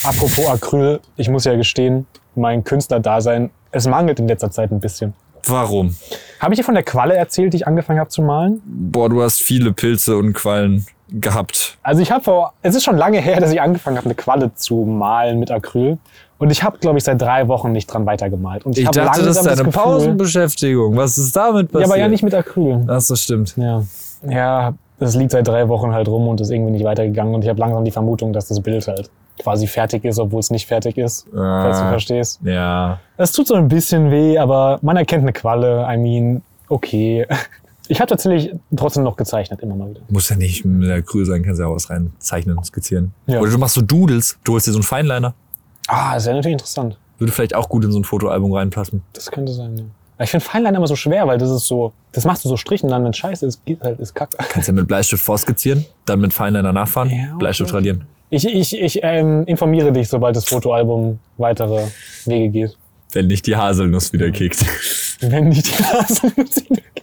Apropos Acryl, ich muss ja gestehen, mein Künstlerdasein, es mangelt in letzter Zeit ein bisschen. Warum? Habe ich dir von der Qualle erzählt, die ich angefangen habe zu malen? Boah, du hast viele Pilze und Quallen gehabt. Also ich habe vor, es ist schon lange her, dass ich angefangen habe, eine Qualle zu malen mit Acryl. Und ich habe, glaube ich, seit drei Wochen nicht dran weitergemalt. Und ich, Ich habe dachte, langsam das ist das deine Gefühl, Pausenbeschäftigung. Was ist damit Ja, passiert? aber ja nicht mit Acryl. Ach so, stimmt. Ja. Ja, das liegt seit drei Wochen halt rum und ist irgendwie nicht weitergegangen. Und ich habe langsam die Vermutung, dass das Bild halt quasi fertig ist, obwohl es nicht fertig ist. Falls du Ah. verstehst. Ja. Es tut so ein bisschen weh, aber man erkennt eine Qualle. I mean, okay. Ich habe tatsächlich trotzdem noch gezeichnet, immer mal wieder. Muss ja nicht mit Acryl sein, kannst ja auch was reinzeichnen, skizzieren. Ja. Oder du machst so Doodles. Du holst dir so einen Feinliner. Ah, das wäre natürlich interessant. Würde vielleicht auch gut in so ein Fotoalbum reinpassen. Das könnte sein, ja. Aber Ich finde Feinline immer so schwer, weil das ist so, das machst du so Strichen dann, wenn scheiße ist, geht halt, ist kacke. Kannst ja mit Bleistift vorskizzieren, dann mit Feinliner nachfahren, Ja, okay. Bleistift radieren. Ich, ich, ich ähm, informiere dich, sobald das Fotoalbum weitere Wege geht. Wenn nicht die Haselnuss wieder kickt. Wenn nicht die Nase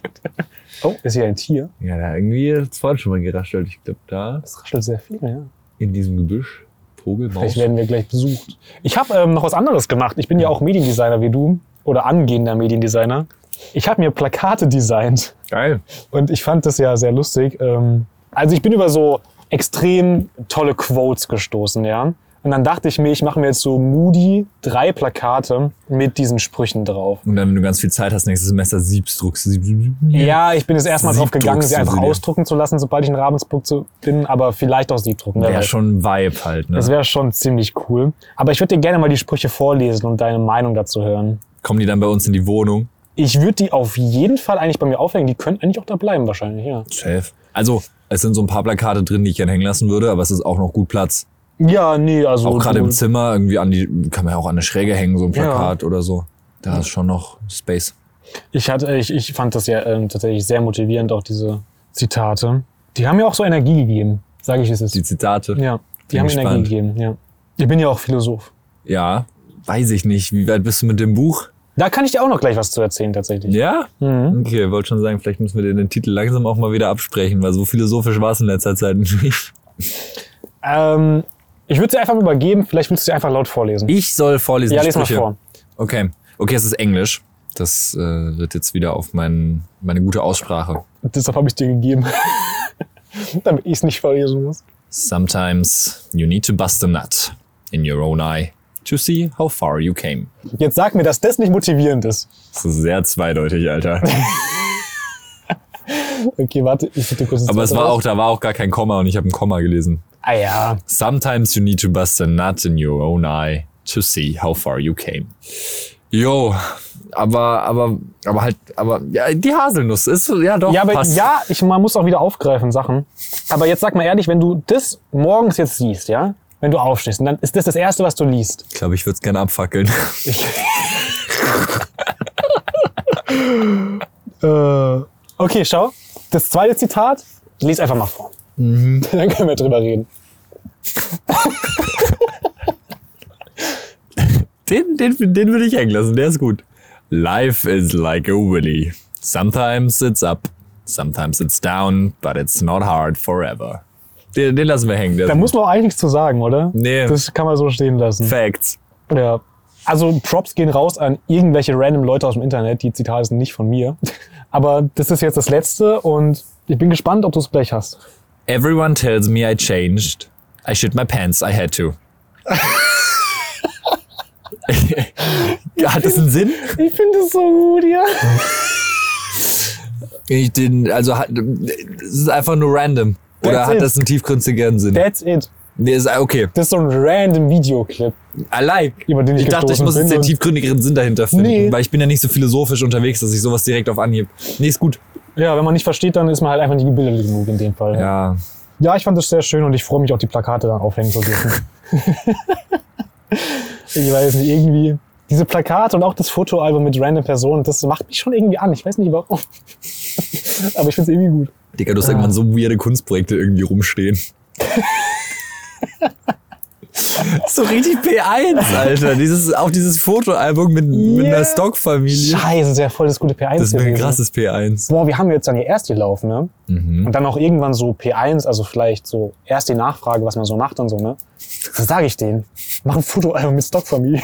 Oh, ist hier ein Tier? Ja, da irgendwie hat es vorhin schon mal geraschelt. Ich glaube, da Das raschelt sehr viel, ja. in diesem Gebüsch. Vogel, Vielleicht werden wir gleich besucht. Ich habe ähm, noch was anderes gemacht. Ich bin ja auch Mediendesigner wie du oder angehender Mediendesigner. Ich habe mir Plakate designt Geil. und ich fand das ja sehr lustig. Ähm, also ich bin über so extrem tolle Quotes gestoßen, ja. Und dann dachte ich mir, ich mache mir jetzt so Moody drei Plakate mit diesen Sprüchen drauf. Und dann, wenn du ganz viel Zeit hast, nächstes Semester Siebsdrucks. Sieb Ja, ich bin jetzt erstmal drauf Siebdruck gegangen, sie zu einfach sehen. ausdrucken zu lassen, sobald ich in Ravensburg zu bin, aber vielleicht auch Siebdrucken. wer Wäre weiß. schon ein Vibe halt, Das ne? wäre schon ziemlich cool. Aber ich würde dir gerne mal die Sprüche vorlesen und deine Meinung dazu hören. Kommen die dann bei uns in die Wohnung? Ich würde die auf jeden Fall eigentlich bei mir aufhängen. Die könnten eigentlich auch da bleiben wahrscheinlich, ja. Safe. Also, es sind so ein paar Plakate drin, die ich gerne hängen lassen würde, aber es ist auch noch gut Platz. Ja, nee, also. Auch gerade du- im Zimmer, irgendwie an die, kann man ja auch an eine Schräge hängen, so ein Ja. Plakat oder so. Da ist schon noch Space. Ich, hatte, ich, ich fand das ja ähm, tatsächlich sehr motivierend, auch diese Zitate. Die haben mir auch so Energie gegeben, sage ich es jetzt. Die Zitate. ja, die bin haben gespannt. Energie gegeben, ja. Ich bin ja auch Philosoph. Ja, weiß ich nicht. Wie weit bist du mit dem Buch? Da kann ich dir auch noch gleich was zu erzählen, tatsächlich. Ja? Mhm. Okay, wollte schon sagen, vielleicht müssen wir den Titel langsam auch mal wieder absprechen, weil so philosophisch war es in letzter Zeit nicht. Ähm, ich würde sie einfach übergeben, vielleicht willst du sie einfach laut vorlesen. Ich soll vorlesen. ja, die lese mal Sprüche. vor. Okay. Okay, es ist Englisch. Das äh, wird jetzt wieder auf mein, meine gute Aussprache. Deshalb habe ich dir gegeben. Damit ich es nicht verlesen muss. Sometimes you need to bust a nut in your own eye to see how far you came. Jetzt sag mir, dass das nicht motivierend ist. Das ist sehr zweideutig, Alter. Okay, warte, ich bitte kurz. das Aber es zweite war raus. auch, da war auch gar kein Komma und ich habe ein Komma gelesen. Ah ja. Sometimes you need to bust a nut in your own eye to see how far you came. Jo, aber, aber, aber halt, aber, ja, die Haselnuss ist, ja doch, Ja, aber passt. ja, ich, man muss auch wieder aufgreifen, Sachen. Aber jetzt sag mal ehrlich, wenn du das morgens jetzt siehst, ja? Wenn du aufstehst, und dann ist das das Erste, was du liest. Ich glaube, ich würde es gerne abfackeln. Äh. Okay, schau. Das zweite Zitat, lies einfach mal vor. Dann können wir drüber reden. Den, den, den würde ich hängen lassen, der ist gut. Life is like a willy. Sometimes it's up, sometimes it's down, but it's not hard forever. Den, den lassen wir hängen. Der Da ist muss man auch eigentlich nichts zu sagen, oder? Nee. Das kann man so stehen lassen. Facts. Ja. Also Props gehen raus an irgendwelche random Leute aus dem Internet. Die Zitate sind nicht von mir. Aber das ist jetzt das letzte und ich bin gespannt, ob du es gleich hast. Everyone tells me I changed. I shit my pants, I had to. Hat das einen Sinn? Ich finde es so gut, ja. Ich den, also hat, es ist einfach nur random. Oder That's hat it. das einen tiefgründigeren Sinn? That's it. Nee, ist ah, okay. Das ist so ein random Videoclip. I like. Über den ich dachte, ich gestoßen muss jetzt bin den und- tiefgründigeren Sinn dahinter finden, Nee. weil ich bin ja nicht so philosophisch unterwegs, dass ich sowas direkt auf Anhieb. Nee, ist gut. Ja, wenn man nicht versteht, dann ist man halt einfach nicht gebildet genug in dem Fall. Ja, Ja, ich fand es sehr schön und ich freue mich auch, die Plakate dann aufhängen zu dürfen. ich weiß nicht, irgendwie. Diese Plakate und auch das Fotoalbum mit random Personen, das macht mich schon irgendwie an. Ich weiß nicht warum. Aber ich finde es irgendwie gut. Digga, du hast irgendwann so weirde Kunstprojekte irgendwie rumstehen. so richtig P1, Alter. Dieses, auch dieses Fotoalbum mit, mit Ja. einer Stockfamilie. Scheiße, sehr voll das gute P1 Das wäre ein gewesen. krasses P1. Boah, wir haben jetzt dann ja erst gelaufen, ne? Mhm. Und dann auch irgendwann so P1, also vielleicht so erst die Nachfrage, was man so macht und so, ne? Das sage ich denen. Mach ein Fotoalbum mit Stockfamilie.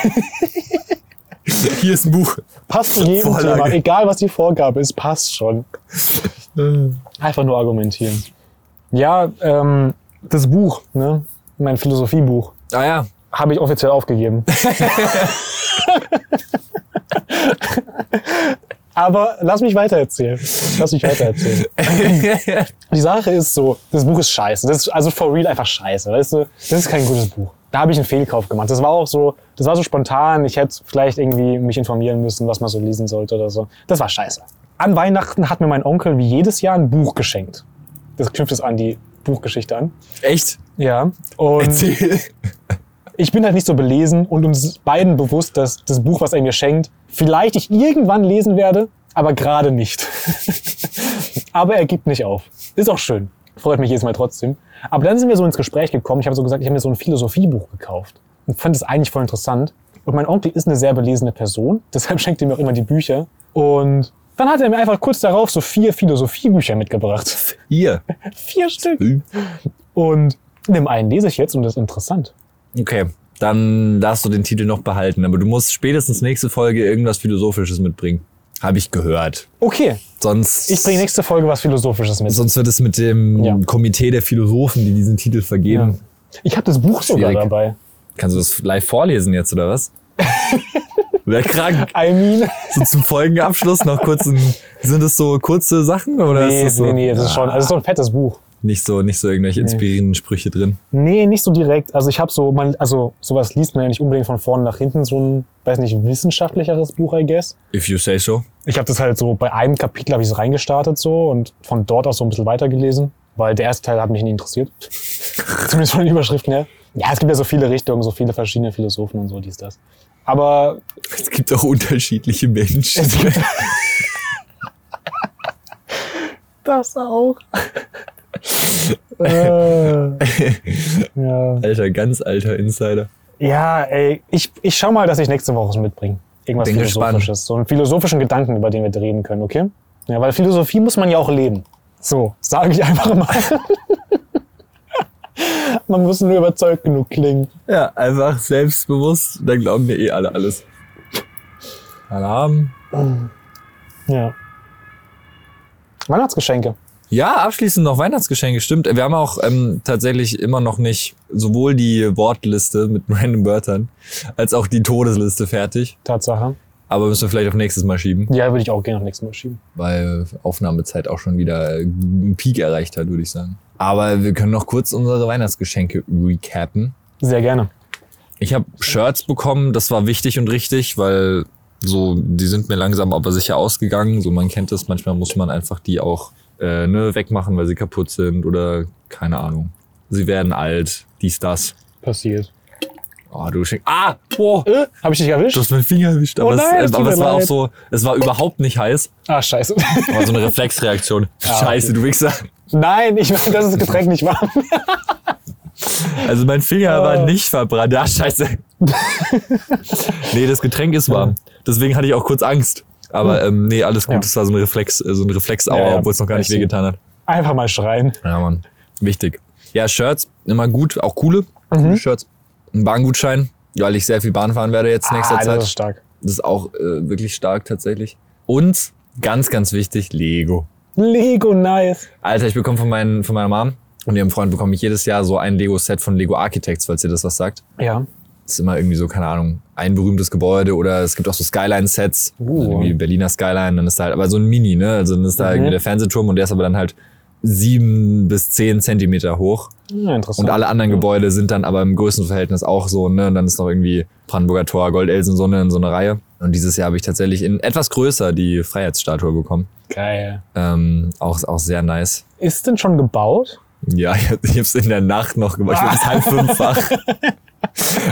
Hier ist ein Buch. Passt zu jedem Vorlage. Thema, egal was die Vorgabe ist, passt schon. Einfach nur argumentieren. Ja, ähm, das Buch, ne? mein Philosophiebuch, Ah ja. habe ich offiziell aufgegeben. Aber lass mich weitererzählen. Lass mich weitererzählen. Die Sache ist so, das Buch ist scheiße. Das ist also for real einfach scheiße. Weißt du? Das ist kein gutes Buch. Da habe ich einen Fehlkauf gemacht. Das war auch so, das war so spontan. Ich hätte vielleicht irgendwie mich informieren müssen, was man so lesen sollte oder so. Das war scheiße. An Weihnachten hat mir mein Onkel wie jedes Jahr ein Buch geschenkt. Das knüpft es an die Buchgeschichte an. Echt? Ja. Und Erzähl. ich bin halt nicht so belesen und uns beiden bewusst, dass das Buch, was er mir schenkt, vielleicht ich irgendwann lesen werde, aber gerade nicht. aber er gibt nicht auf. Ist auch schön. Freut mich jedes Mal trotzdem. Aber dann sind wir so ins Gespräch gekommen. Ich habe so gesagt, ich habe mir so ein Philosophiebuch gekauft und fand es eigentlich voll interessant. Und mein Onkel ist eine sehr belesene Person, deshalb schenkt er mir auch immer die Bücher. Und dann hat er mir einfach kurz darauf so vier Philosophiebücher mitgebracht. Hier. Vier Stück. Und in dem einen lese ich jetzt und das ist interessant. Okay. Dann darfst du den Titel noch behalten, aber du musst spätestens nächste Folge irgendwas Philosophisches mitbringen. Habe ich gehört. Okay, Sonst. Ich bringe nächste Folge was Philosophisches mit. Sonst wird es mit dem Ja. Komitee der Philosophen, die diesen Titel vergeben. Ja. Ich habe das Buch sogar Schwierig. dabei. Kannst du das live vorlesen jetzt, oder was? Wär krank. I mean, So zum Folgenabschluss noch kurz ein, Sind das so kurze Sachen oder nee, ist das so? nee, nee, das ist schon, also es ist so ein fettes Buch. Nicht so, nicht so irgendwelche inspirierenden Sprüche drin. Nee, nicht so direkt. Also ich habe so, man, also sowas liest man ja nicht unbedingt von vorne nach hinten, so ein, weiß nicht, wissenschaftlicheres Buch, I guess. If you say so. Ich habe das halt so, bei einem Kapitel habe ich es reingestartet so und von dort aus so ein bisschen weitergelesen, weil der erste Teil hat mich nicht interessiert. Zumindest von den Überschriften her. Ja, es gibt ja so viele Richtungen, so viele verschiedene Philosophen und so, dies, das. Aber Es gibt auch unterschiedliche Menschen. Das auch. äh, ja. Alter, ganz alter Insider. ja, ey, ich, ich schau mal, dass ich nächste Woche was mitbringe. Irgendwas Bin Philosophisches. So einen philosophischen Gedanken, über den wir reden können, okay? Ja, weil Philosophie muss man ja auch leben. So, sage ich einfach mal. man muss nur überzeugt genug klingen. Ja, einfach selbstbewusst, dann glauben wir eh alle alles. Alarm. Ja. Weihnachtsgeschenke. Ja, abschließend noch Weihnachtsgeschenke, stimmt. Wir haben auch ähm, tatsächlich immer noch nicht sowohl die Wortliste mit random Wörtern als auch die Todesliste fertig. Tatsache. Aber müssen wir vielleicht auf nächstes Mal schieben, Ja, würde ich auch gerne auf nächstes Mal schieben. weil Aufnahmezeit auch schon wieder äh, einen Peak erreicht hat, würde ich sagen. Aber wir können noch kurz unsere Weihnachtsgeschenke recappen. Sehr gerne. Ich habe Shirts bekommen, das war wichtig und richtig, weil so, die sind mir langsam aber sicher ausgegangen. So, man kennt das, manchmal muss man einfach die auch äh, ne, wegmachen, weil sie kaputt sind oder keine Ahnung. Sie werden alt, dies, das. Passiert. Oh, du schenkst. Ah! Boah! Äh, Habe ich dich erwischt? Du hast meinen Finger erwischt, aber, Oh nein, es, es äh, tut aber mir es war auch leid. so, es war überhaupt nicht heiß. Ah, scheiße. Aber so eine Reflexreaktion. Scheiße, du Wichser. Nein, ich meine, dass das Getränk nicht warm Also mein Finger Ah. war nicht verbrannt. Ah, scheiße. nee, das Getränk ist warm. Deswegen hatte ich auch kurz Angst. Aber ähm, nee, alles gut. Ja. Das war so ein Reflex, äh, so ein Reflexauer, Ja, ja. obwohl es noch gar nicht Ich- wehgetan hat. Einfach mal schreien. Ja, Mann. Wichtig. Ja, Shirts, immer gut, auch coole, coole Shirts. Ein Bahngutschein, weil ich sehr viel Bahn fahren werde jetzt in nächster ah, Zeit. Das ist stark. Das ist auch äh, wirklich stark tatsächlich. Und ganz, ganz wichtig, Lego. Lego nice. Alter, ich bekomme von, meinen, von meiner Mom und ihrem Freund bekomme ich jedes Jahr so ein Lego-Set von Lego Architects, falls ihr das was sagt. Ja. ist immer irgendwie so, keine Ahnung, ein berühmtes Gebäude oder es gibt auch so Skyline-Sets, Uh. also irgendwie Berliner Skyline, dann ist da halt, aber so ein Mini, ne? Also dann ist da Mhm. irgendwie der Fernsehturm und der ist aber dann halt sieben bis zehn Zentimeter hoch. ja interessant. Und alle anderen Gebäude sind dann aber im Größenverhältnis auch so, ne? Und dann ist noch irgendwie Brandenburger Tor, Goldelsen, so eine in so eine Reihe. Und dieses Jahr habe ich tatsächlich in etwas größer die Freiheitsstatue bekommen. Geil. Ähm, auch, auch sehr nice. Ist denn schon gebaut? Ja, ich habe es in der Nacht noch gemacht. Ich habe es halb fünffach.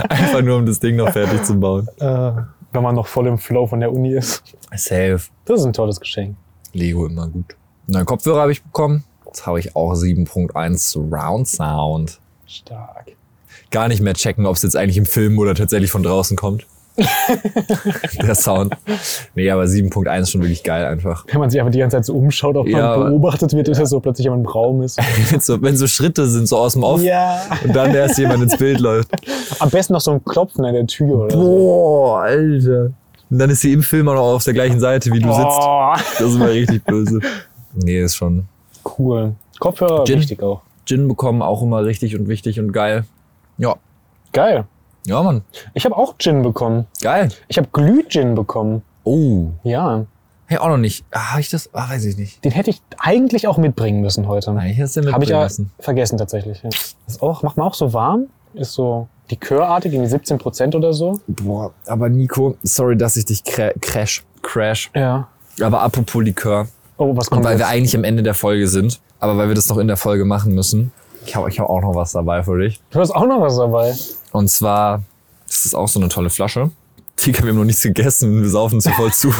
Einfach nur, um das Ding noch fertig zu bauen. Äh, wenn man noch voll im Flow von der Uni ist. Safe. Das ist ein tolles Geschenk. Lego immer gut. Neuen Kopfhörer habe ich bekommen. Jetzt habe ich auch 7.1 Surround Sound. Stark. Gar nicht mehr checken, ob es jetzt eigentlich im Film oder tatsächlich von draußen kommt. der Sound. Nee, aber 7.1 ist schon wirklich geil einfach. Wenn man sich einfach die ganze Zeit so umschaut, ob Ja, man aber- beobachtet wird, ist ja so plötzlich jemand im Raum ist. Wenn so, wenn so Schritte sind, so aus dem Off Ja. und dann erst jemand ins Bild läuft. Am besten noch so ein Klopfen an der Tür oder so. Boah, Alter. Und dann ist sie im Film auch noch auf der gleichen Seite, wie du sitzt. Oh, Das ist mal richtig böse. Nee, ist schon. cool. Kopfhörer, Gin. wichtig auch. Gin bekommen, auch immer richtig und wichtig und geil. Ja. Geil. Ja, Mann. Ich habe auch Gin bekommen. Geil. Ich habe Glühgin bekommen. Oh. Ja, Hey, auch noch nicht. Ah, hab ich das? Ah, weiß ich nicht. den hätte ich eigentlich auch mitbringen müssen heute. Eigentlich hast du den Habe ich mitbringen ja lassen. vergessen tatsächlich. Ja. Ist auch, macht man auch so warm. Ist so likörartig, irgendwie 17 Prozent oder so. Boah, aber Nico, sorry, dass ich dich cra crash. Crash. Ja. Aber apropos Likör. Oh, was Und kommt weil wir jetzt? eigentlich am Ende der Folge sind, aber weil wir das noch in der Folge machen müssen, ich habe ich hab auch noch was dabei für dich. Du hast auch noch was dabei. Und zwar ist das auch so eine tolle Flasche. Tika, wir haben noch nichts gegessen, wir saufen zu voll zu.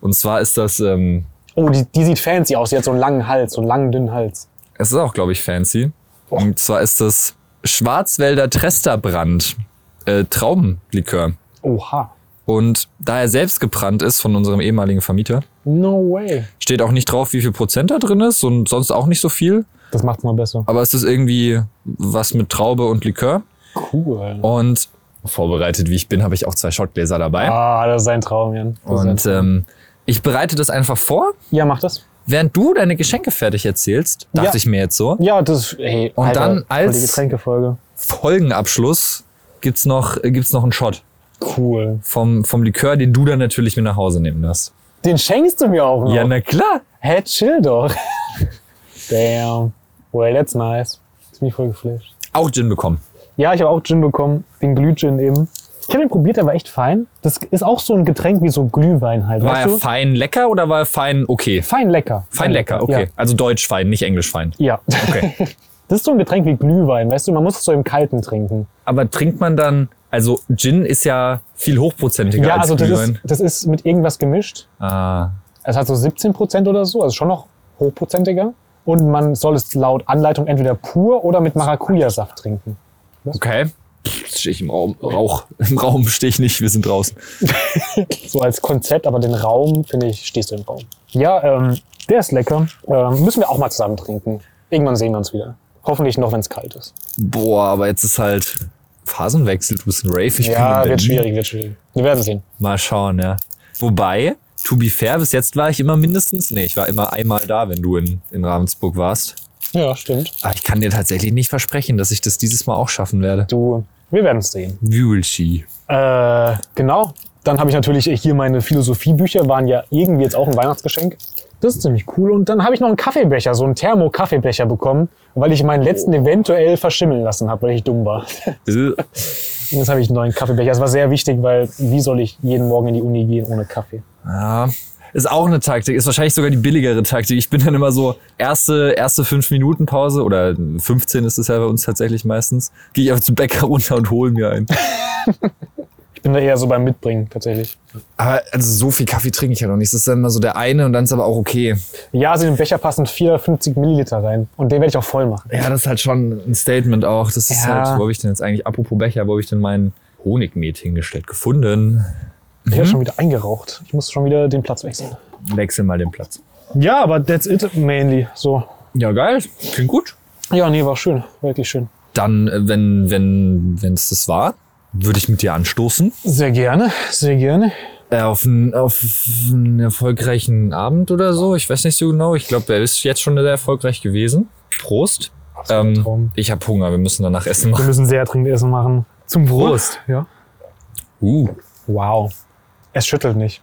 Und zwar ist das, ähm, Oh, die, die sieht fancy aus. Die hat so einen langen Hals, so einen langen, dünnen Hals. es ist auch, glaube ich, fancy. Und zwar ist das Schwarzwälder Tresterbrand äh, Traubenlikör. Oha. Und da er selbst gebrannt ist von unserem ehemaligen Vermieter, No way. steht auch nicht drauf, wie viel Prozent da drin ist und sonst auch nicht so viel. Das macht's mal besser. Aber es ist irgendwie was mit Traube und Likör. Cool. Und vorbereitet, wie ich bin, habe ich auch zwei Shotgläser dabei. Ah, das ist sein Traum, Jan. Das ist und sein Traum. ähm, ich bereite das einfach vor. ja, mach das. Während du deine Geschenke fertig erzählst, dachte Ja. ich mir jetzt so, Ja, das ist, ey, Und Alter, dann voll als- Die Getränkefolge. Folgenabschluss gibt's noch, äh, gibt's noch einen Shot Cool. vom, vom Likör, den du dann natürlich mit nach Hause nehmen darfst. Den schenkst du mir auch noch. Ja, ne. na klar. Hä, chill doch. Damn. Well, that's nice. Ist mich voll geflasht. Auch Gin bekommen. Ja, ich habe auch Gin bekommen. Den Glühgin eben. Ich habe den probiert, der war echt fein. Das ist auch so ein Getränk wie so Glühwein halt, War weißt er du? fein lecker oder war er fein okay? Fein lecker. Fein lecker, okay. Also deutsch fein, nicht englisch fein. Ja. ja. Okay. Das ist so ein Getränk wie Glühwein, weißt du? Man muss es so im Kalten trinken. Aber trinkt man dann, also Gin ist ja viel hochprozentiger Ja, als also das Glühwein. ist, das ist mit irgendwas gemischt. ah, Es hat so 17 Prozent oder so, also schon noch hochprozentiger. Und man soll es laut Anleitung entweder pur oder mit Maracuja-Saft trinken. okay. Stehe ich im Raum, Rauch. Im Raum stehe ich nicht, wir sind draußen. So als Konzept, aber den Raum, finde ich, stehst du im Raum. Ja, ähm, der ist lecker. Ähm, müssen wir auch mal zusammen trinken. Irgendwann sehen wir uns wieder. Hoffentlich noch, wenn es kalt ist. Boah, aber jetzt ist halt Phasenwechsel, du bist ein Rave, ich ja, bin in wird Berlin. schwierig, wird schwierig. Wir werden sehen. Mal schauen, ja. Wobei, to be fair, bis jetzt war ich immer mindestens, nee, ich war immer einmal da, wenn du in, in Ravensburg warst. Ja, stimmt. Aber ich kann dir tatsächlich nicht versprechen, dass ich das dieses Mal auch schaffen werde. Du, wir werden es sehen. You will see. Äh, genau. Dann habe ich natürlich hier meine Philosophiebücher, waren ja irgendwie jetzt auch ein Weihnachtsgeschenk. Das ist ziemlich cool. Und dann habe ich noch einen Kaffeebecher, so einen Thermo-Kaffeebecher bekommen, weil ich meinen letzten eventuell verschimmeln lassen habe, weil ich dumm war. Und jetzt habe ich einen neuen Kaffeebecher. Das war sehr wichtig, weil wie soll ich jeden Morgen in die Uni gehen ohne Kaffee? Ja, ist auch eine Taktik, ist wahrscheinlich sogar die billigere Taktik. Ich bin dann immer so, erste, erste 5-Minuten-Pause oder 15 ist es ja bei uns tatsächlich meistens, gehe ich einfach zum Bäcker runter und hole mir einen. Ich bin da eher so beim Mitbringen tatsächlich. Aber also so viel Kaffee trinke ich ja noch nicht. Das ist dann immer so der eine und dann ist aber auch okay. Ja, also in den Becher passen 450 Milliliter rein. Und den werde ich auch voll machen. Ja, das ist halt schon ein Statement auch. Das ist Ja. halt, wo habe ich denn jetzt eigentlich, apropos Becher, wo habe ich denn meinen Honigmet hingestellt? Gefunden. Ich habe schon wieder eingeraucht. Ich muss schon wieder den Platz wechseln. Wechsel mal den Platz. Ja, aber that's it mainly. So. Ja, geil. Klingt gut. Ja, nee, war schön. Wirklich schön. Dann, äh, wenn, wenn, wenn es das war, würde ich mit dir anstoßen. Sehr gerne, sehr gerne. Äh, auf, einen, auf einen erfolgreichen Abend oder so. Ich weiß nicht so genau. Ich glaube, er ist jetzt schon sehr erfolgreich gewesen. Prost. ein Ähm, Traum. ich habe Hunger. Wir müssen danach Essen Wir machen. müssen sehr dringend Essen machen. Zum Wohl. Prost. Ja. Uh. Wow. Es schüttelt nicht.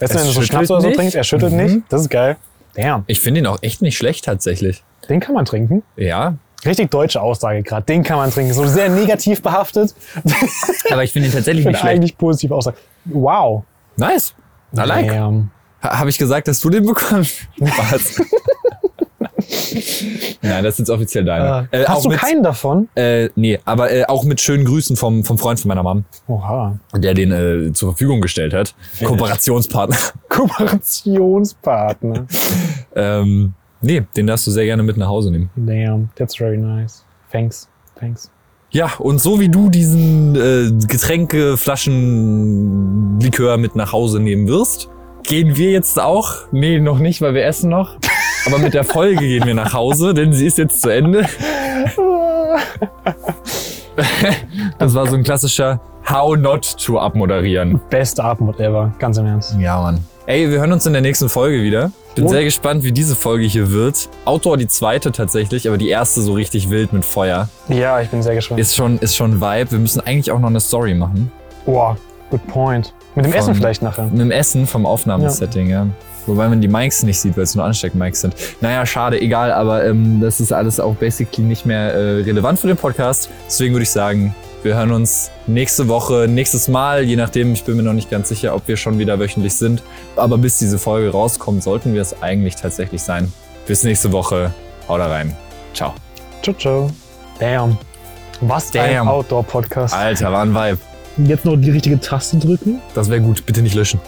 Weißt du, Es wenn du so schüttelt Schnaps oder so nicht? trinkst, er schüttelt Mhm. nicht. Das ist geil. Damn. Ich finde ihn auch echt nicht schlecht tatsächlich. Den kann man trinken. Ja. Richtig deutsche Aussage gerade. Den kann man trinken. So sehr negativ behaftet. Aber ich finde ihn tatsächlich Ich nicht bin schlecht. eigentlich positiv Aussage. Wow. Nice. I like. Damn. Ha, Habe ich gesagt, dass du den bekommst? Was? Nein, das ist jetzt offiziell deiner. Äh, auch Hast du mit, keinen davon? Äh, nee, aber äh, auch mit schönen Grüßen vom, vom Freund von meiner Mom, Oha. der den äh, zur Verfügung gestellt hat. Kooperationspartner. Kooperationspartner. ähm, nee, den darfst du sehr gerne mit nach Hause nehmen. Damn. That's very nice. Thanks. Thanks. Ja, und so wie du diesen äh, Getränkeflaschenlikör mit nach Hause nehmen wirst, gehen wir jetzt auch. Nee, noch nicht, weil wir essen noch. Aber mit der Folge gehen wir nach Hause, denn sie ist jetzt zu Ende. Das war so ein klassischer How Not to abmoderieren. Beste Abendmod ever. Ganz im Ernst. Ja, Mann. Ey, wir hören uns in der nächsten Folge wieder. Bin sehr gespannt, wie diese Folge hier wird. Outdoor die zweite tatsächlich, aber die erste so richtig wild mit Feuer. Ja, ich bin sehr gespannt. Ist schon, ist schon Vibe. Wir müssen eigentlich auch noch eine Story machen. Wow. Good point. Mit dem Von- Essen vielleicht nachher. Mit dem Essen vom Aufnahmesetting, ja. Wobei man die Mics nicht sieht, weil es nur Ansteck-Mics sind. Naja, schade, egal, aber ähm, das ist alles auch basically nicht mehr äh, relevant für den Podcast. Deswegen würde ich sagen, wir hören uns nächste Woche, nächstes Mal, je nachdem, ich bin mir noch nicht ganz sicher, ob wir schon wieder wöchentlich sind. Aber bis diese Folge rauskommt, sollten wir es eigentlich tatsächlich sein. Bis nächste Woche. Haut da rein. Ciao. Ciao, ciao. Damn. Was ein Damn. Outdoor-Podcast. Alter, war ein Vibe. Jetzt noch die richtige Taste drücken. Das wäre gut. Bitte nicht löschen.